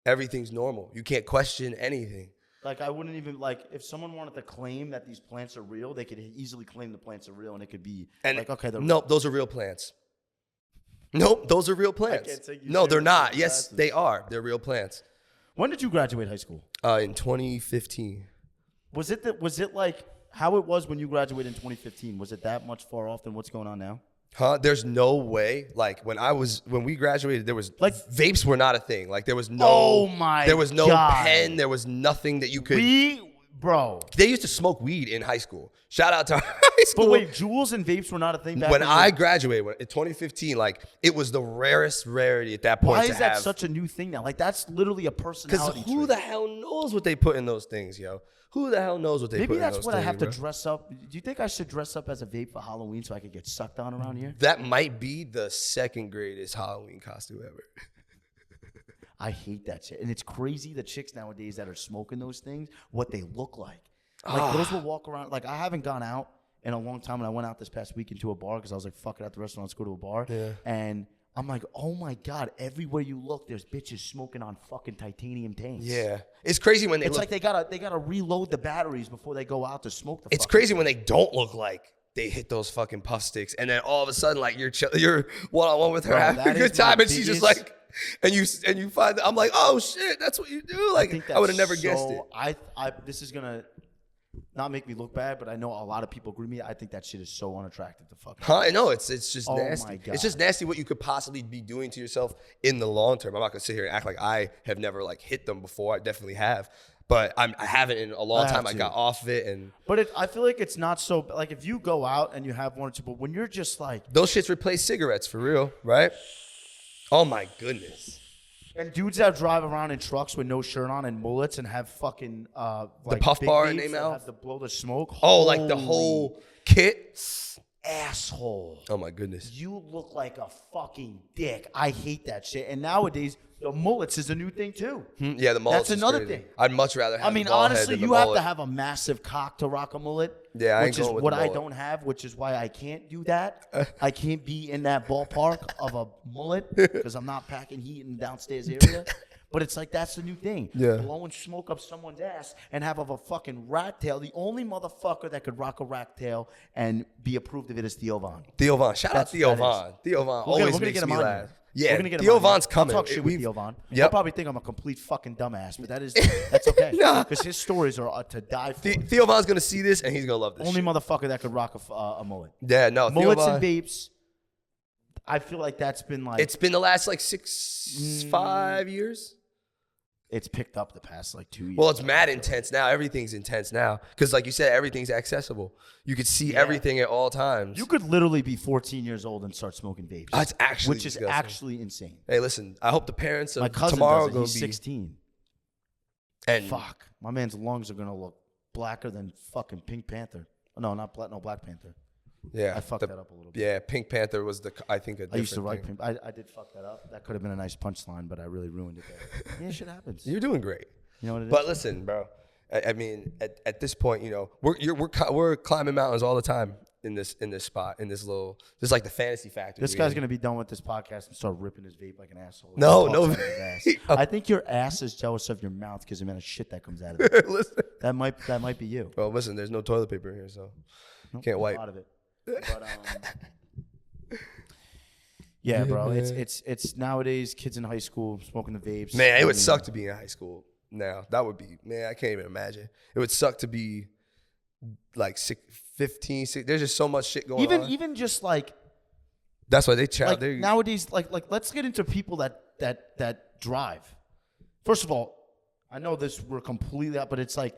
B: Everything's normal. You can't question anything.
A: Like I wouldn't even like if someone wanted to claim that these plants are real, they could easily claim the plants are real, and it could be
B: And
A: like okay, they're
B: nope, those are real plants. Nope, those are real plants.
A: can't take you
B: no, they're
A: seriously
B: not.
A: with
B: Yes,
A: glasses.
B: they are. They're real plants.
A: When did you graduate high school?
B: Uh, in 2015,
A: Was it that? Was it like how it was when you graduated in 2015? Was it that much far off than what's going on now?
B: huh? There's no way. Like when I was when we graduated, there was like
A: Like-
B: vapes were not a thing. Like there was no.
A: Oh my
B: There was no
A: God.
B: pen. There was nothing that you could.
A: we bro.
B: They used to smoke weed in high school. Shout out to our high school.
A: But wait, jewels and vapes were not a thing back
B: when
A: then?
B: I graduated when, in 2015, like it was the rarest rarity at that point.
A: Why
B: to
A: is that
B: have-
A: such a new thing now? Like that's literally a
B: Because
A: personality.
B: who
A: trait.
B: the hell knows what they put in those things, yo? Who the hell knows what they put
A: Maybe
B: in
A: that's
B: those
A: what I
B: things,
A: have to
B: bro?
A: dress up. Do you think I should dress up as a vape for Halloween so I could get sucked on around here?
B: That might be the second greatest Halloween costume ever. Mm-hmm.
A: I hate that shit. And it's crazy the chicks nowadays that are smoking those things, what they look like. Like
B: Ah.
A: girls will walk around. Like I haven't gone out in a long time, and I went out this past weekend to a bar because I was like, "Fuck it," at the restaurant, let's go to a bar. And I'm like, "Oh my god!" Everywhere you look, there's bitches smoking on fucking titanium tanks.
B: Yeah, it's crazy when they
A: It's
B: look.
A: like they gotta they gotta reload the batteries before they go out to smoke the.
B: it's
A: fucking-
B: crazy when they don't look like they hit those fucking puff sticks, and then all of a sudden, like you're chill, you're one on one with her
A: Bro,
B: having a
A: that
B: good
A: is my
B: time, and she's just
A: biggest-
B: like, and you and you find I'm like, oh shit, that's what you do. Like I,
A: that's
B: would have never guessed
A: so-
B: it.
A: I, I, this is gonna not make me look bad, but I know a lot of people agree with me. I think that shit is so unattractive to fuck.
B: Huh? No, it's it's just
A: Oh my
B: nasty.
A: God.
B: It's just nasty what you could possibly be doing to yourself in the long term. I'm not gonna sit here and act like I have never like hit them before. I definitely have, but I'm, I haven't in a long
A: I have
B: time. I
A: too.
B: got off of it, and
A: But it, I feel like it's not so like if you go out and you have one or two, but when you're just like,
B: those shits replace cigarettes for real, right? Oh my goodness,
A: and dudes that drive around in trucks with no shirt on and mullets and have fucking uh, like
B: puff
A: big
B: bar in
A: vapes
B: they
A: that
B: mouth?
A: have to blow the smoke.
B: oh like the
A: Holy
B: whole kit.
A: asshole.
B: Oh my goodness.
A: You look like a fucking dick. I hate that shit. And nowadays, the mullets is a new thing too.
B: Hmm, Yeah, the mullet.
A: That's another thing.
B: I'd much rather. Have
A: I mean,
B: the bald head
A: honestly,
B: than the
A: you have to
B: mullet.
A: have a massive cock to rock a mullet.
B: Yeah, I ain't
A: which is
B: going with the
A: what I
B: mullet.
A: don't have, which is why I can't do that. I can't be in that ballpark of a mullet because I'm not packing heat in the downstairs area. But it's like that's the new thing.
B: Yeah.
A: Blowing smoke up someone's ass and have of a fucking rat tail. The only motherfucker that could rock a rat tail and be approved of it is Theo Von.
B: Theo Von. Shout out
A: That's-
B: Theo
A: that is.
B: Von. Theo Von
A: We're gonna-
B: always
A: we're gonna
B: makes
A: get him
B: me
A: on
B: laugh.
A: here.
B: Yeah,
A: We're gonna get him
B: Theo
A: on here.
B: Von's coming.
A: I'll talk shit with
B: We've-
A: Theo Von. He'll
B: Yep.
A: probably think I'm a complete fucking dumbass, but that is that's okay
B: Nah.
A: because his stories are uh, to die for.
B: The- Theo Von's gonna see this and he's gonna love this.
A: Only
B: shit.
A: motherfucker that could rock a, f- uh, a mullet.
B: yeah, no. Theo
A: Mullets
B: Von-
A: and vapes. I feel like that's been like
B: It's been the last like
A: Mm.
B: six, five years.
A: it's picked up the past like two years.
B: Well, it's mad intense now. Everything's intense now because, like you said, everything's accessible. You could see everything at all times.
A: You could literally be 14 years old and start smoking vapes.
B: That's actually
A: which is
B: disgusting.
A: actually insane.
B: hey, listen. I hope the parents
A: My
B: of
A: cousin
B: tomorrow
A: does it.
B: go be
A: He's 16.
B: and
A: Fuck, my man's lungs are gonna look blacker than fucking Pink Panther. No, not black. No, Black Panther.
B: yeah,
A: I fucked
B: the-
A: that up a little bit.
B: Yeah, Pink Panther was the c- I think a
A: I used to
B: different
A: write.
B: thing.
A: Pink, I, I did fuck that up. That could have been a nice punchline, but I really ruined it. There. yeah, shit happens. You
B: You're doing great.
A: know what it is?
B: But listen, bro. I, I mean, at, at this point, you know, we're you're, we're cli- we're climbing mountains all the time in this in this spot in this little. This is like the fantasy factory.
A: This
B: we
A: guy's
B: in.
A: gonna be done with this podcast and start ripping his vape like an asshole.
B: No,
A: He
B: no.
A: talks out of his ass. I think your ass is jealous of your mouth because the amount of shit that comes out of it.
B: listen.
A: that might that might be you.
B: Well, listen. There's no toilet paper here, so can't wipe.
A: Out of it. But, um, yeah, bro. It's it's it's nowadays kids in high school smoking the vapes.
B: Man, it
A: I
B: would
A: mean,
B: suck to be in high school now. That would be, man, I can't even imagine. It would suck to be like six, 15, six, there's just so much shit going
A: Even
B: on.
A: even just like
B: That's why they chat.
A: like
B: they,
A: nowadays, like like let's get into people that that that drive. First of all, I know this we're completely out, but it's like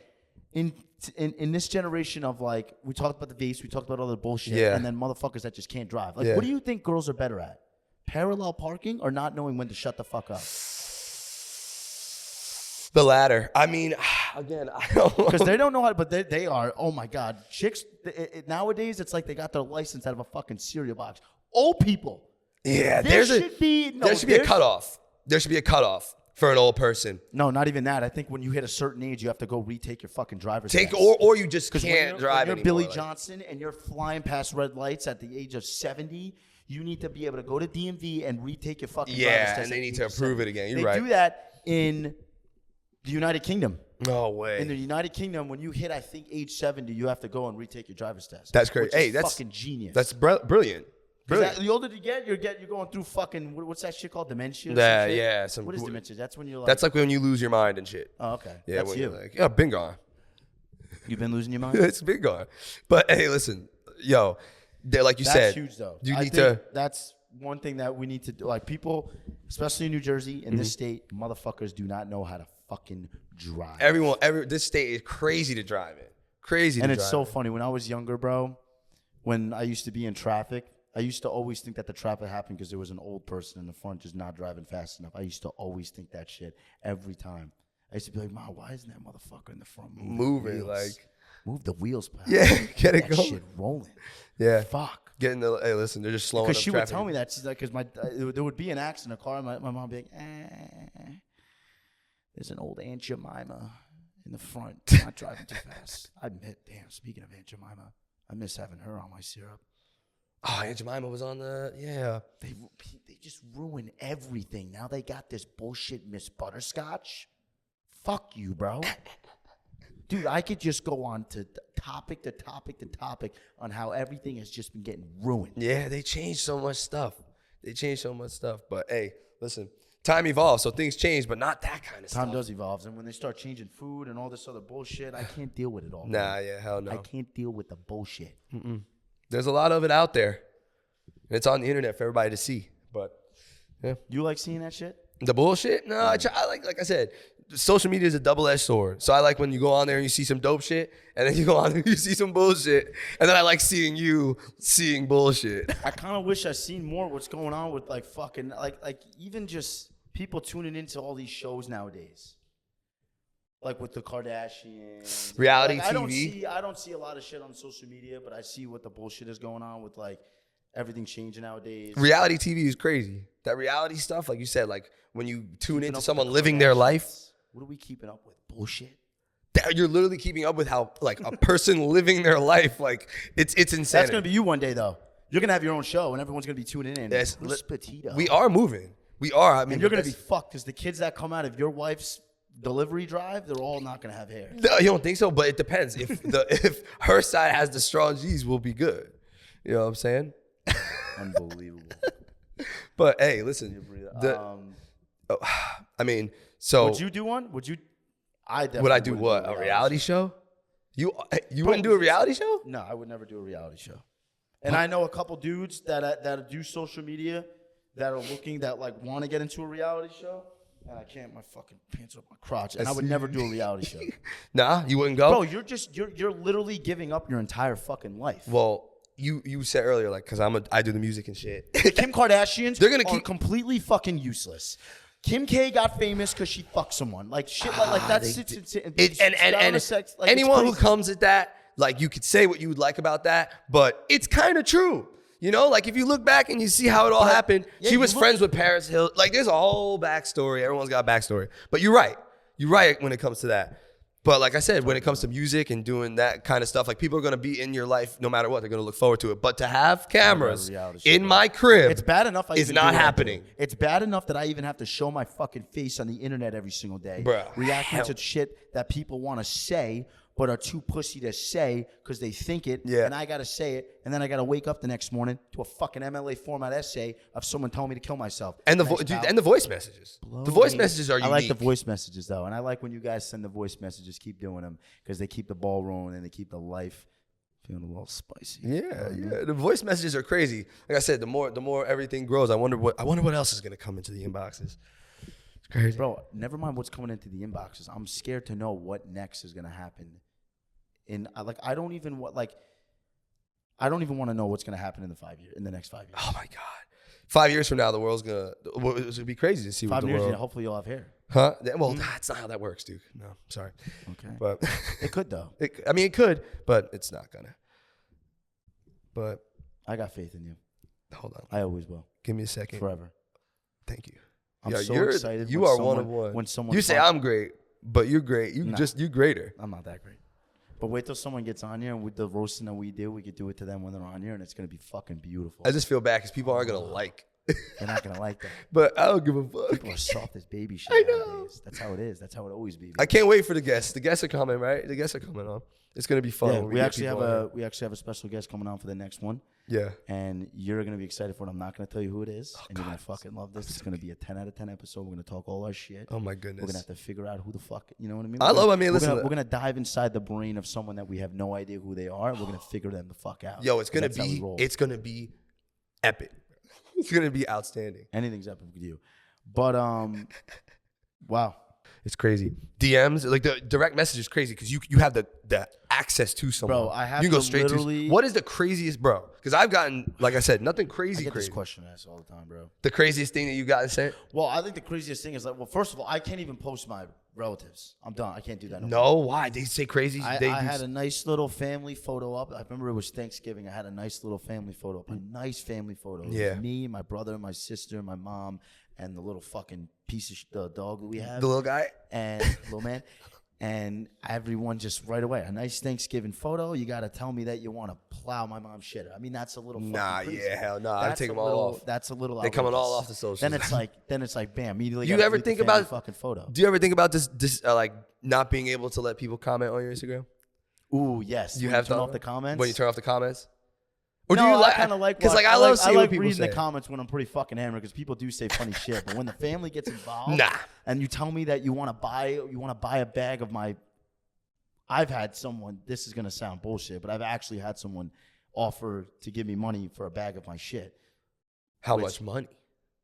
A: in in, in this generation of like we talked about the vapes, we talked about all the bullshit,
B: Yeah.
A: and then motherfuckers that just can't drive. Like,
B: Yeah.
A: what do you think girls are better at? Parallel parking or not knowing when to shut the fuck up?
B: the latter. I mean, again, I don't
A: Because they don't know how, but they, they are. Oh my god, chicks th- it, it, nowadays it's like they got their license out of a fucking cereal box. Old people.
B: yeah,
A: There
B: there's a,
A: should be no,
B: there should be a
A: there's-
B: cutoff. There should be a cutoff for an old person.
A: No, not even that. I think when you hit a certain age, you have to go retake your fucking driver's
B: Take,
A: test.
B: or, or you just can't
A: Because when you're, when
B: drive
A: you're
B: anymore,
A: Billy
B: like-
A: Johnson and you're flying past red lights at the age of 70, you need to be able to go to DMV and retake your fucking driver's
B: Yeah,
A: test.
B: and they
A: at
B: need
A: the
B: to
A: age of
B: approve
A: 70.
B: it again. You're
A: they
B: right.
A: do that in the United Kingdom.
B: No
A: In the
B: way.
A: United Kingdom, when you hit, I think, age 70, you have to go and retake your driver's test.
B: That's great.
A: which is
B: Hey, that's
A: fucking genius.
B: That's br- brilliant.
A: 'Cause
B: Brilliant.
A: that- the older you get, you're get you're going through fucking what- what's that shit called? Dementia. or some
B: Yeah,
A: shit?
B: yeah, some
A: what is
B: wh-
A: dementia? That's when you're like.
B: That's like when you lose your mind and shit.
A: oh, okay.
B: yeah,
A: that's
B: when
A: you.
B: you're like, yeah, been gone.
A: You've been losing your mind.
B: it's been gone. But hey, listen, yo, they're like you
A: That's
B: said,
A: huge though.
B: You
A: I
B: need
A: think
B: to.
A: That's
B: Mm-hmm.
A: one thing that we need to do. Like people, especially in New Jersey, in this state, motherfuckers do not know how to fucking drive.
B: Everyone, every this state is crazy to drive in. Crazy.
A: and
B: to
A: it's
B: drive
A: so
B: in.
A: funny. When I was younger, bro, when I used to be in traffic, I used to always think that the traffic happened because there was an old person in the front just not driving fast enough. I used to always think that shit every time. I used to be like, "Ma, why isn't that motherfucker in the front moving? the
B: Moving,
A: wheels?
B: like-
A: move the wheels, pal.
B: Yeah, get it
A: that
B: going.
A: shit rolling.
B: Yeah.
A: fuck."
B: Getting the hey, listen, they're just slowing up
A: Because she would
B: traffic.
A: tell me that she's like, because my uh, it would- there would be an accident in a car, and my, my mom would be like, eh, "There's an old Aunt Jemima in the front, not driving too fast." I admit, damn. Speaking of Aunt Jemima, I miss having her on my syrup.
B: Oh, Aunt Jemima was on the yeah.
A: They ru- pe- they just ruin everything. Now they got this bullshit Miss Butterscotch. Fuck you, bro. Dude, I could just go on to t- topic to topic to topic on how everything has just been getting ruined.
B: Yeah, they changed so much stuff. They changed so much stuff. But hey, listen, time evolves, so things change, but not that kind of
A: Time
B: stuff.
A: does evolve, and when they start changing food and all this other bullshit, I can't deal with it all.
B: Nah,
A: man.
B: yeah, hell
A: I
B: no.
A: can't deal with the bullshit.
B: There's a lot of it out there. And it's on the internet for everybody to see. But
A: You like seeing that shit?
B: The bullshit? No, I, try, I like like I said, social media is a double edged sword. So I like when you go on there and you see some dope shit, and then you go on there and you see some bullshit, and then I like seeing you seeing bullshit.
A: I kind of wish I seen more what's going on with like fucking like like even just people tuning into all these shows nowadays. Like with the Kardashians,
B: Reality
A: Like, I don't
B: TV.
A: see I don't see a lot of shit on social media, but I see what the bullshit is going on with like everything changing nowadays.
B: reality TV is crazy. That reality stuff, like you said, like when you
A: Keeping
B: tune
A: up
B: into
A: with
B: someone
A: the
B: living their life,
A: Kardashians. What are we keeping up with? Bullshit.
B: that you're literally keeping up with how like a person living their life, like it's it's insane.
A: That's gonna be you one day though. You're gonna have your own show, and everyone's gonna be tuning in.
B: Yes,
A: Who's
B: li-
A: Petito?
B: we are moving. We are. I mean,
A: And you're
B: but
A: gonna be
B: that's-
A: fucked because the kids that come out of your wife's delivery drive, they're all not gonna have hair.
B: No, you don't think so, but it depends. If the if her side has the strong G's, we'll be good. You know what I'm saying?
A: Unbelievable.
B: But hey, listen. The,
A: um,
B: I mean, so
A: would you do one? Would you? I definitely
B: would I do
A: wouldn't
B: what? A reality show? You uh, you wouldn't do a reality show?
A: No, I would never do a reality show. And I know a couple dudes that uh, that do social media that are looking that like want to get into a reality show, and I can't. My fucking pants are up my crotch, and I would never do a reality show.
B: Nah, you wouldn't go.
A: Bro, you're just you're you're literally giving up your entire fucking life.
B: well, you you said earlier like cuz I'm a I do the music and shit.
A: the Kim Kardashians
B: They're gonna
A: are
B: keep-
A: completely fucking useless. Kim K got famous because she fucked someone. Like shit, like, like that sits in- in-
B: Ah, It, and and,
A: down
B: and
A: to sex, like, it's
B: anyone who
A: crazy.
B: comes at that, like you could say what you would like about that, but it's kind of true. You know, like if you look back and you see how it all happened,
A: yeah,
B: she
A: you
B: was
A: look-
B: friends with Paris Hill. Like there's a whole backstory. Everyone's got a backstory. But you're right. You're right when it comes to that. But like I said, when it comes to music and doing that kind of stuff, like people are gonna be in your life no matter what. They're gonna look forward to it. But to have cameras
A: reality show,
B: in my crib,
A: It's bad enough. I
B: It's
A: even
B: not
A: do what I do.
B: happening.
A: It's bad enough that I even have to show my fucking face on the internet every single day,
B: Bruh,
A: reacting
B: hell.
A: to shit that people want to say but are too pussy to say because they think it.
B: Yeah.
A: And I gotta say it, and then I gotta wake up the next morning to a fucking MLA format essay of someone telling me to kill myself.
B: And the vo-
A: Thanks,
B: dude,
A: pal.
B: and the voice messages. The voice messages are
A: I
B: unique.
A: like the voice messages though, and I like when you guys send the voice messages. Keep doing them because they keep the ball rolling and they keep the life feeling a little spicy.
B: Yeah,
A: Um,
B: yeah. The voice messages are crazy. Like I said, the more the more everything grows, I wonder what I wonder what else is gonna come into the inboxes. It's crazy.
A: bro never mind what's coming into the inboxes i'm scared to know what next is going to happen and I, like i don't even what like i don't even want to know what's going to happen in the five year in the next five years
B: Oh my god. Five years from now, the world's gonna well, it's gonna be crazy to see what
A: five
B: the
A: years
B: world.
A: yeah, Mm. hopefully you'll have hair
B: Huh? That- Well, that's not how that works, Duke. No, sorry,
A: okay
B: but
A: it could though
B: it, I mean it could, but it's not gonna. But
A: i got faith in you
B: hold on,
A: i always will
B: give me a second.
A: forever
B: Thank you.
A: I'm so excited
B: You
A: when
B: are one of
A: someone-
B: one.
A: when someone
B: you say
A: finds-
B: I'm great, but you're great. You just you're greater.
A: i'm not that great but wait till someone gets on here and with the roasting that we do we could do it to them when they're on here and it's going to be fucking beautiful
B: I just feel bad because people aren't gonna like.
A: they're not going to like that
B: But I don't give a fuck.
A: people are soft as baby shit nowadays. that's how it is that's how it always be
B: I can't wait for the guests. The guests are coming, right? The guests are coming on. It's gonna be fun.
A: yeah,
B: when
A: we
B: get
A: actually have
B: people
A: a
B: on
A: we actually have a special guest coming on for the next one
B: here. yeah.
A: and you're gonna be excited for it. I'm not gonna tell you who it
B: Oh,
A: is, and you're gonna fucking love this. It's gonna be a 10 out of 10 episode. We're gonna talk all our shit.
B: Oh my
A: We're gonna
B: goodness.
A: have to figure out who the fuck, you know what I mean?
B: I
A: We're
B: love-
A: gonna-
B: I mean,
A: we're
B: listen, uh,
A: Gonna,
B: the-
A: we're gonna dive inside the brain of someone that we have no idea who they are. We're gonna figure them the fuck out.
B: Yo, it's gonna
A: That's how we
B: be
A: roll.
B: it's gonna be epic. It's gonna be outstanding.
A: anything's up with you. But um, wow,
B: It's crazy. DMs, like the direct message is crazy because you you have the the access to someone.
A: Bro, I have
B: you can go
A: to
B: straight
A: literally-
B: to. What is the craziest, bro? Because I've gotten, like I said, nothing
A: I
B: crazy.
A: get this
B: crazy.
A: question asked all the time, bro.
B: The craziest thing that you got to say?
A: Well, I think the craziest thing is like, well, first of all, I can't even post my relatives. I'm done. I can't do that. No. more.
B: No, why they say crazy?
A: I,
B: they
A: I
B: do
A: had
B: s-
A: a nice little family photo up. I remember it was Thanksgiving. I had a nice little family photo up. A nice family photo. It was
B: Mm. Yeah.
A: Me, my brother, my sister, my mom, and the little fucking piece of sh- the dog that we have.
B: the little guy.
A: and little man. And everyone just right away. A nice Thanksgiving photo. You gotta tell me that you want to plow my mom's shit. I mean, that's a little. fucking
B: Nah,
A: crazy.
B: yeah, hell nah, I'd
A: That's
B: take
A: a
B: 'em all
A: little-
B: off.
A: That's a little.
B: They coming all
A: outrageous.
B: off the socials.
A: Then it's like, then it's like, bam. Immediately.
B: You
A: gotta
B: ever
A: delete the
B: think
A: family
B: about-
A: fucking photo?
B: Do you ever think about this? This uh, like not being able to let people comment on your Instagram.
A: Ooh, yes.
B: You
A: When
B: have
A: turn
B: thought
A: off
B: about
A: the
B: it?
A: comments.
B: When you turn off the comments. Or
A: no,
B: do you
A: I kind of like
B: Because
A: what-
B: like I, love seeing
A: I
B: what
A: like
B: people
A: reading
B: say.
A: the comments when I'm pretty fucking hammered because people do say funny shit. But when the family gets involved,
B: Nah.
A: and you tell me that you want to buy you want to buy a bag of my, I've had someone. This is gonna sound bullshit, but I've actually had someone offer to give me money for a bag of my shit.
B: How much money?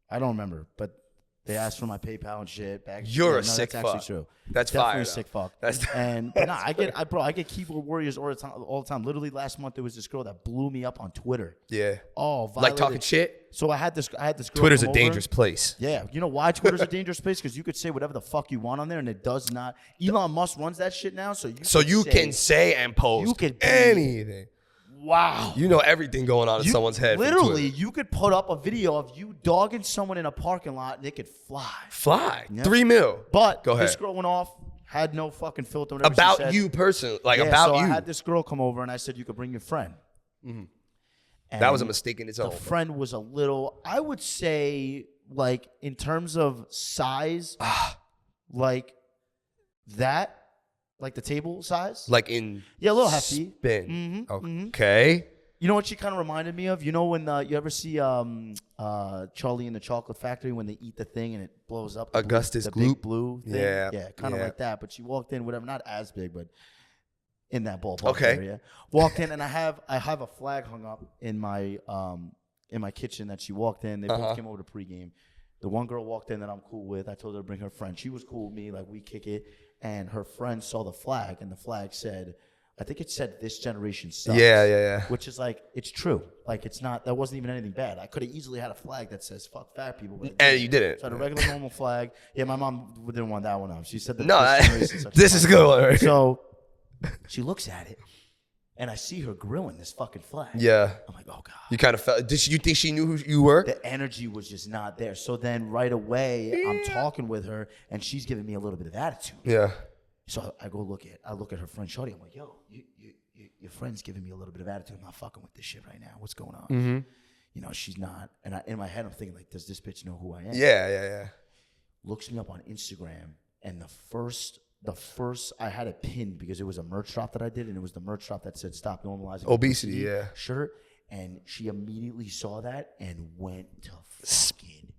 A: I don't remember, but they asked for my PayPal and shit. Back
B: You're a sick
A: that's actually
B: fuck.
A: True.
B: That's
A: definitely
B: fire,
A: a
B: though.
A: sick fuck.
B: That's-
A: and but nah, I get I bro, I get keyboard warriors all the time. All the time. Literally last month there was this girl that blew me up on Twitter.
B: Yeah.
A: Oh,
B: Like talking
A: violated-
B: shit.
A: So I had this. I had this. Girl
B: Twitter's
A: come
B: a
A: over.
B: dangerous place.
A: Yeah, you know why Twitter's a dangerous place? Because you could say whatever the fuck you want on there, and it does not. Elon Musk runs that shit now, so you
B: So you
A: say-
B: can say and post
A: You can be-
B: anything.
A: wow.
B: You know everything going on in
A: You-
B: someone's head. from
A: Literally,
B: Twitter.
A: you could put up a video of you dogging someone in a parking lot, and it could fly.
B: fly
A: Yeah.
B: three mil.
A: But
B: go
A: this
B: ahead.
A: girl went off, had no fucking filter. whatever she
B: About
A: said.
B: you personally, like
A: Yeah,
B: about
A: so
B: you. Mm-hmm.
A: I had this girl come over, and I said you could bring your friend. And
B: that was a mistake in its
A: The
B: own.
A: friend was a little, I would say, like in terms of size,
B: Ah.
A: like that, like the table size.
B: like in
A: yeah, a little Mm-hmm, hefty.
B: spin. Okay.
A: You know what she kind of reminded me of? You know when uh, you ever see um, uh, Charlie in the Chocolate Factory when they eat the thing and it blows up? The blue-
B: Augustus
A: the big
B: Gloop?
A: blue thing?
B: Yeah,
A: Yeah, kind of
B: yeah.
A: like that. But she walked in, whatever, not as big, but in that ballpark
B: Okay.
A: area. Walked in, and I have I have a flag hung up in my um, in my kitchen that she walked in. They
B: Uh-huh.
A: both came over to pregame. The one girl walked in that I'm cool with. I told her to bring her friend. She was cool with me. Like we kick it, and her friend saw the flag, and the flag said, I think it said this generation sucks
B: Yeah, yeah, yeah.
A: which is like it's true. Like it's not that wasn't even anything bad. I could have easily had a flag that says "fuck fat people," but I
B: And you didn't.
A: So I had a regular normal flag. Yeah, my mom didn't want that one up. She said that
B: No,
A: this
B: I-
A: generation sucks
B: this is a
A: fat
B: good one. Right?
A: people. So she looks at it, and I see her grilling this fucking flag.
B: yeah.
A: I'm like, oh god.
B: You kind of felt. Did she, you think she knew who you were?
A: The energy was just not there. So then right away, I'm talking with her, and she's giving me a little bit of attitude.
B: yeah.
A: So I I go look at I look at her friend Shorty. I'm like, yo, you, you, you, your friend's giving me a little bit of attitude. I'm not fucking with this shit right now. What's going on?
B: Mm-hmm.
A: You know, she's not. And I, in my head, I'm thinking like, does this bitch know who I am?
B: Yeah. Yeah. Yeah.
A: Looks me up on Instagram, and the first, the first, I had it pinned because it was a merch drop that I did, and it was the merch drop that said "Stop Normalizing
B: Obesity, yeah.
A: shirt. And she immediately saw that and went to fucking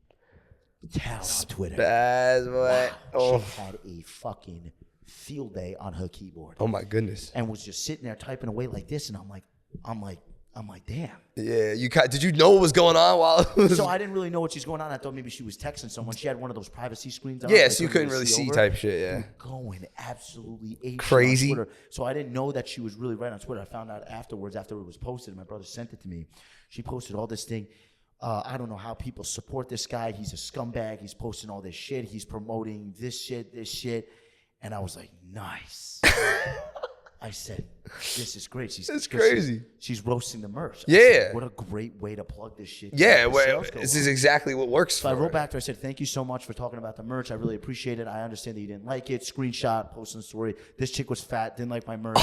A: town on Twitter.
B: That's what.
A: She
B: Oh.
A: had a fucking field day on her keyboard
B: oh my goodness.
A: and was just sitting there typing away like this, and I'm like, I'm like, I'm like, damn.
B: Yeah. You kind. Did you know what was going on while? It was,
A: So I didn't really know what she's going on. I thought maybe she was texting someone. She had one of those privacy screens. on,
B: yeah.
A: so
B: So you couldn't really see
A: over. Mm-hmm.
B: type shit. Yeah.
A: Going absolutely apeshit on
B: Crazy.
A: Twitter. So I didn't know that she was really right on Twitter. I found out afterwards, after it was posted. My brother sent it to me. She posted all this thing. Uh, I don't know how people support this guy. He's a scumbag. He's posting all this shit. He's promoting this shit, this shit. And I was like, nice. I said, "This is great." She's
B: That's
A: this is-
B: crazy.
A: she's roasting the merch. I
B: Yeah.
A: said, what a great way to plug this shit.
B: Yeah.
A: Let the
B: Well,
A: sales go
B: this
A: up."
B: is exactly what works.
A: so I
B: for
A: wrote
B: it.
A: back to her. I said, "Thank you so much for talking about the merch. I really appreciate it. I understand that you didn't like it. Screenshot, post on the story. This chick was fat, didn't like my merch.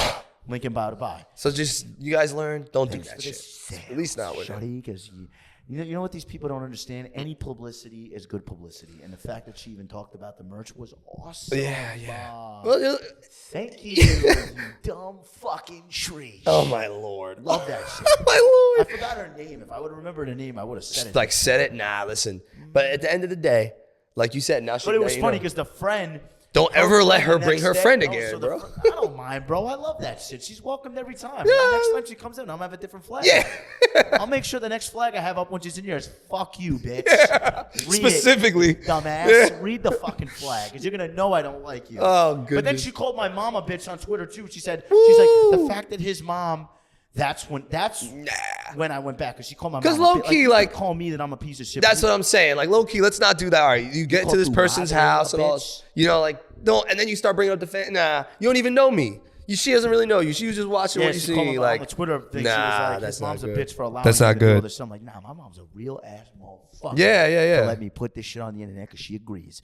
A: Link and buy to buy.
B: So just you guys learn. Don't do
A: Thanks
B: that
A: for
B: shit.
A: this sale,
B: At least not with it.
A: Shuddy, 'cause you, you know, you know what these people don't understand? Any publicity is good publicity, and the fact that she even talked about the merch was awesome.
B: Yeah. Yeah.
A: Mom.
B: Well, it-
A: Thank you, you dumb fucking tree.
B: oh my lord.
A: Love that shit.
B: oh
A: I
B: my lord.
A: forgot her name. If I would have remembered her name, I would have said it.
B: Like said it. Nah. Listen. But at the end of the day, like you said, now she.
A: but it
B: now
A: was
B: you
A: funny
B: know.
A: because the friend
B: Don't ever let her
A: The
B: bring
A: next
B: her
A: day-
B: friend
A: no, so
B: again,
A: the
B: bro.
A: fr- I don't mind, bro. I love that shit. She's welcomed every time. The next time she comes in, I'm gonna have a different flag.
B: Yeah.
A: I'll make sure the next flag I have up when she's in here is "fuck you, bitch." Read it,
B: Specifically.
A: dumbass.
B: Yeah.
A: Read the fucking flag, cause you're gonna know I don't like you.
B: Oh,
A: But then
B: goodness.
A: she called my mom a bitch on Twitter too. She said she's like the
B: Woo.
A: fact that his mom. That's when. That's when I went back, cause she called my mom.
B: 'Cause
A: a bitch.
B: low-key,
A: you
B: like-
A: can call me that I'm a piece of shit.
B: That's
A: but
B: what I'm saying. Like low key, let's not do that. All right, you get
A: call
B: to this
A: Fuad
B: person's
A: a
B: house and all,
A: bitch?
B: you know, like don't, and then you start bringing up the fan. Nah, you don't even know me. You, she doesn't really know you. She was just watching
A: Yeah,
B: what you
A: she called
B: see.
A: him
B: Like
A: on the Twitter thing.
B: nah,
A: she was like,
B: that's
A: his mom's
B: not
A: a
B: good.
A: bitch for allowing
B: That's
A: him
B: not
A: to do all
B: good.
A: this. I'm like, nah, my mom's a real ass motherfucker.
B: Yeah, yeah,
A: to
B: yeah.
A: let me put this shit on the internet because she agrees.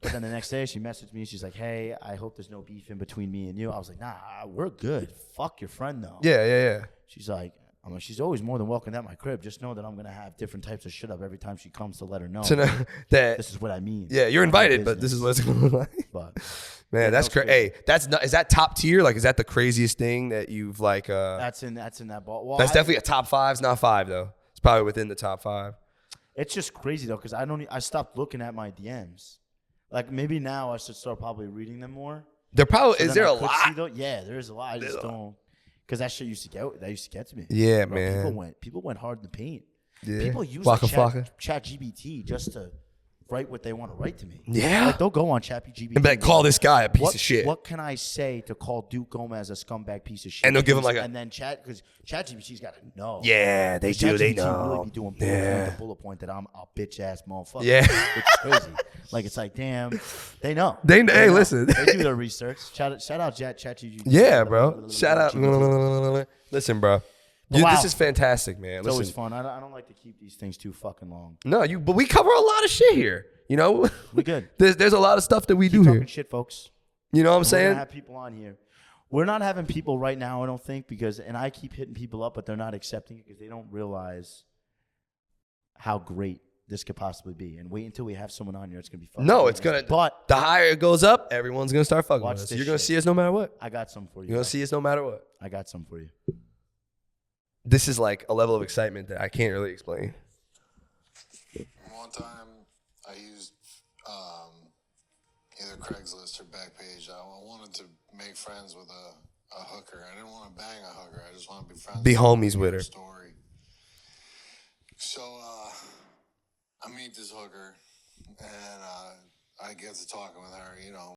A: But then the next day, she messaged me. She's like, hey, I hope there's no beef in between me and you. I was like, nah, we're good. Fuck your friend though.
B: Yeah, yeah, yeah.
A: She's like. I'm like, she's always more than welcome at my crib. Just know that I'm gonna have different types of shit up every time she comes to let her know.
B: To know that,
A: This is what I mean.
B: yeah, you're invited, but this is what's going on.
A: But
B: Man, that's
A: no
B: crazy. Hey, that's not, is that top tier? Like, is that the craziest thing that you've like? uh
A: that's in that's in that ball. Well,
B: That's
A: I-
B: definitely a top five. It's not five though. It's probably within the top five.
A: It's just crazy though, because I don't. e- I stopped looking at my DMs. Like maybe now I should start probably reading them more.
B: There probably
A: So
B: is
A: then
B: there
A: I
B: a
A: could See
B: lot.
A: tho- yeah, there is a lot. I just don't. Because that shit used to get that used to get to me.
B: Yeah,
A: Bro, People
B: man.
A: went people went hard in the paint.
B: Yeah.
A: People use
B: Waka flocka.
A: chat, chat GBT just to write what they want to write to me.
B: Yeah.
A: like they'll go on chat GBT
B: And be like, call this guy a piece
A: what,
B: of shit.
A: What can I say to call Duke Gomez a scumbag piece of shit?
B: And they'll give him, like, a-
A: and then chat because chat GBT's got to know.
B: Yeah, they do. They
A: ChatGPT Really
B: know.
A: be doing bullet point
B: Yeah.
A: to bullet point that I'm a bitch ass motherfucker.
B: Yeah.
A: which is crazy. like it's like, damn, they know.
B: They- hey, listen.
A: they do their research. Shout, shout out Chat ChatGPT.
B: Yeah, bro. Shout out.
A: It's
B: Listen, bro. You,
A: Wow.
B: This is fantastic, man. Listen.
A: always fun. I don't, I don't like to keep these things too fucking long.
B: No, you. But we cover a lot of shit here. You know,
A: We good.
B: There's there's a lot of stuff that we do
A: Talking
B: here.
A: shit, folks.
B: You know what I'm
A: We're gonna
B: saying?
A: have people on here. We're not having people right now, I don't think, because and I keep hitting people up, but they're not accepting it because they don't realize how great this could possibly be. And wait until we have someone on here; it's gonna be fun.
B: No, it's gonna.
A: But
B: the higher it goes up, everyone's gonna start fucking
A: Watch
B: with us.
A: this
B: You're gonna
A: shit.
B: see us no matter what.
A: I got some for you.
B: You're gonna
A: guys.
B: see us no matter what.
A: I got some for you.
B: This is like a level of excitement that I can't really explain.
F: One time, I used um, either Craigslist or Backpage. I I wanted to make friends with a, a hooker. I didn't want to bang a hooker. I just want to be friends.
B: Be
F: with
B: homies with her.
F: her story. So uh, I meet this hooker, and uh, I get to talking with her. You know,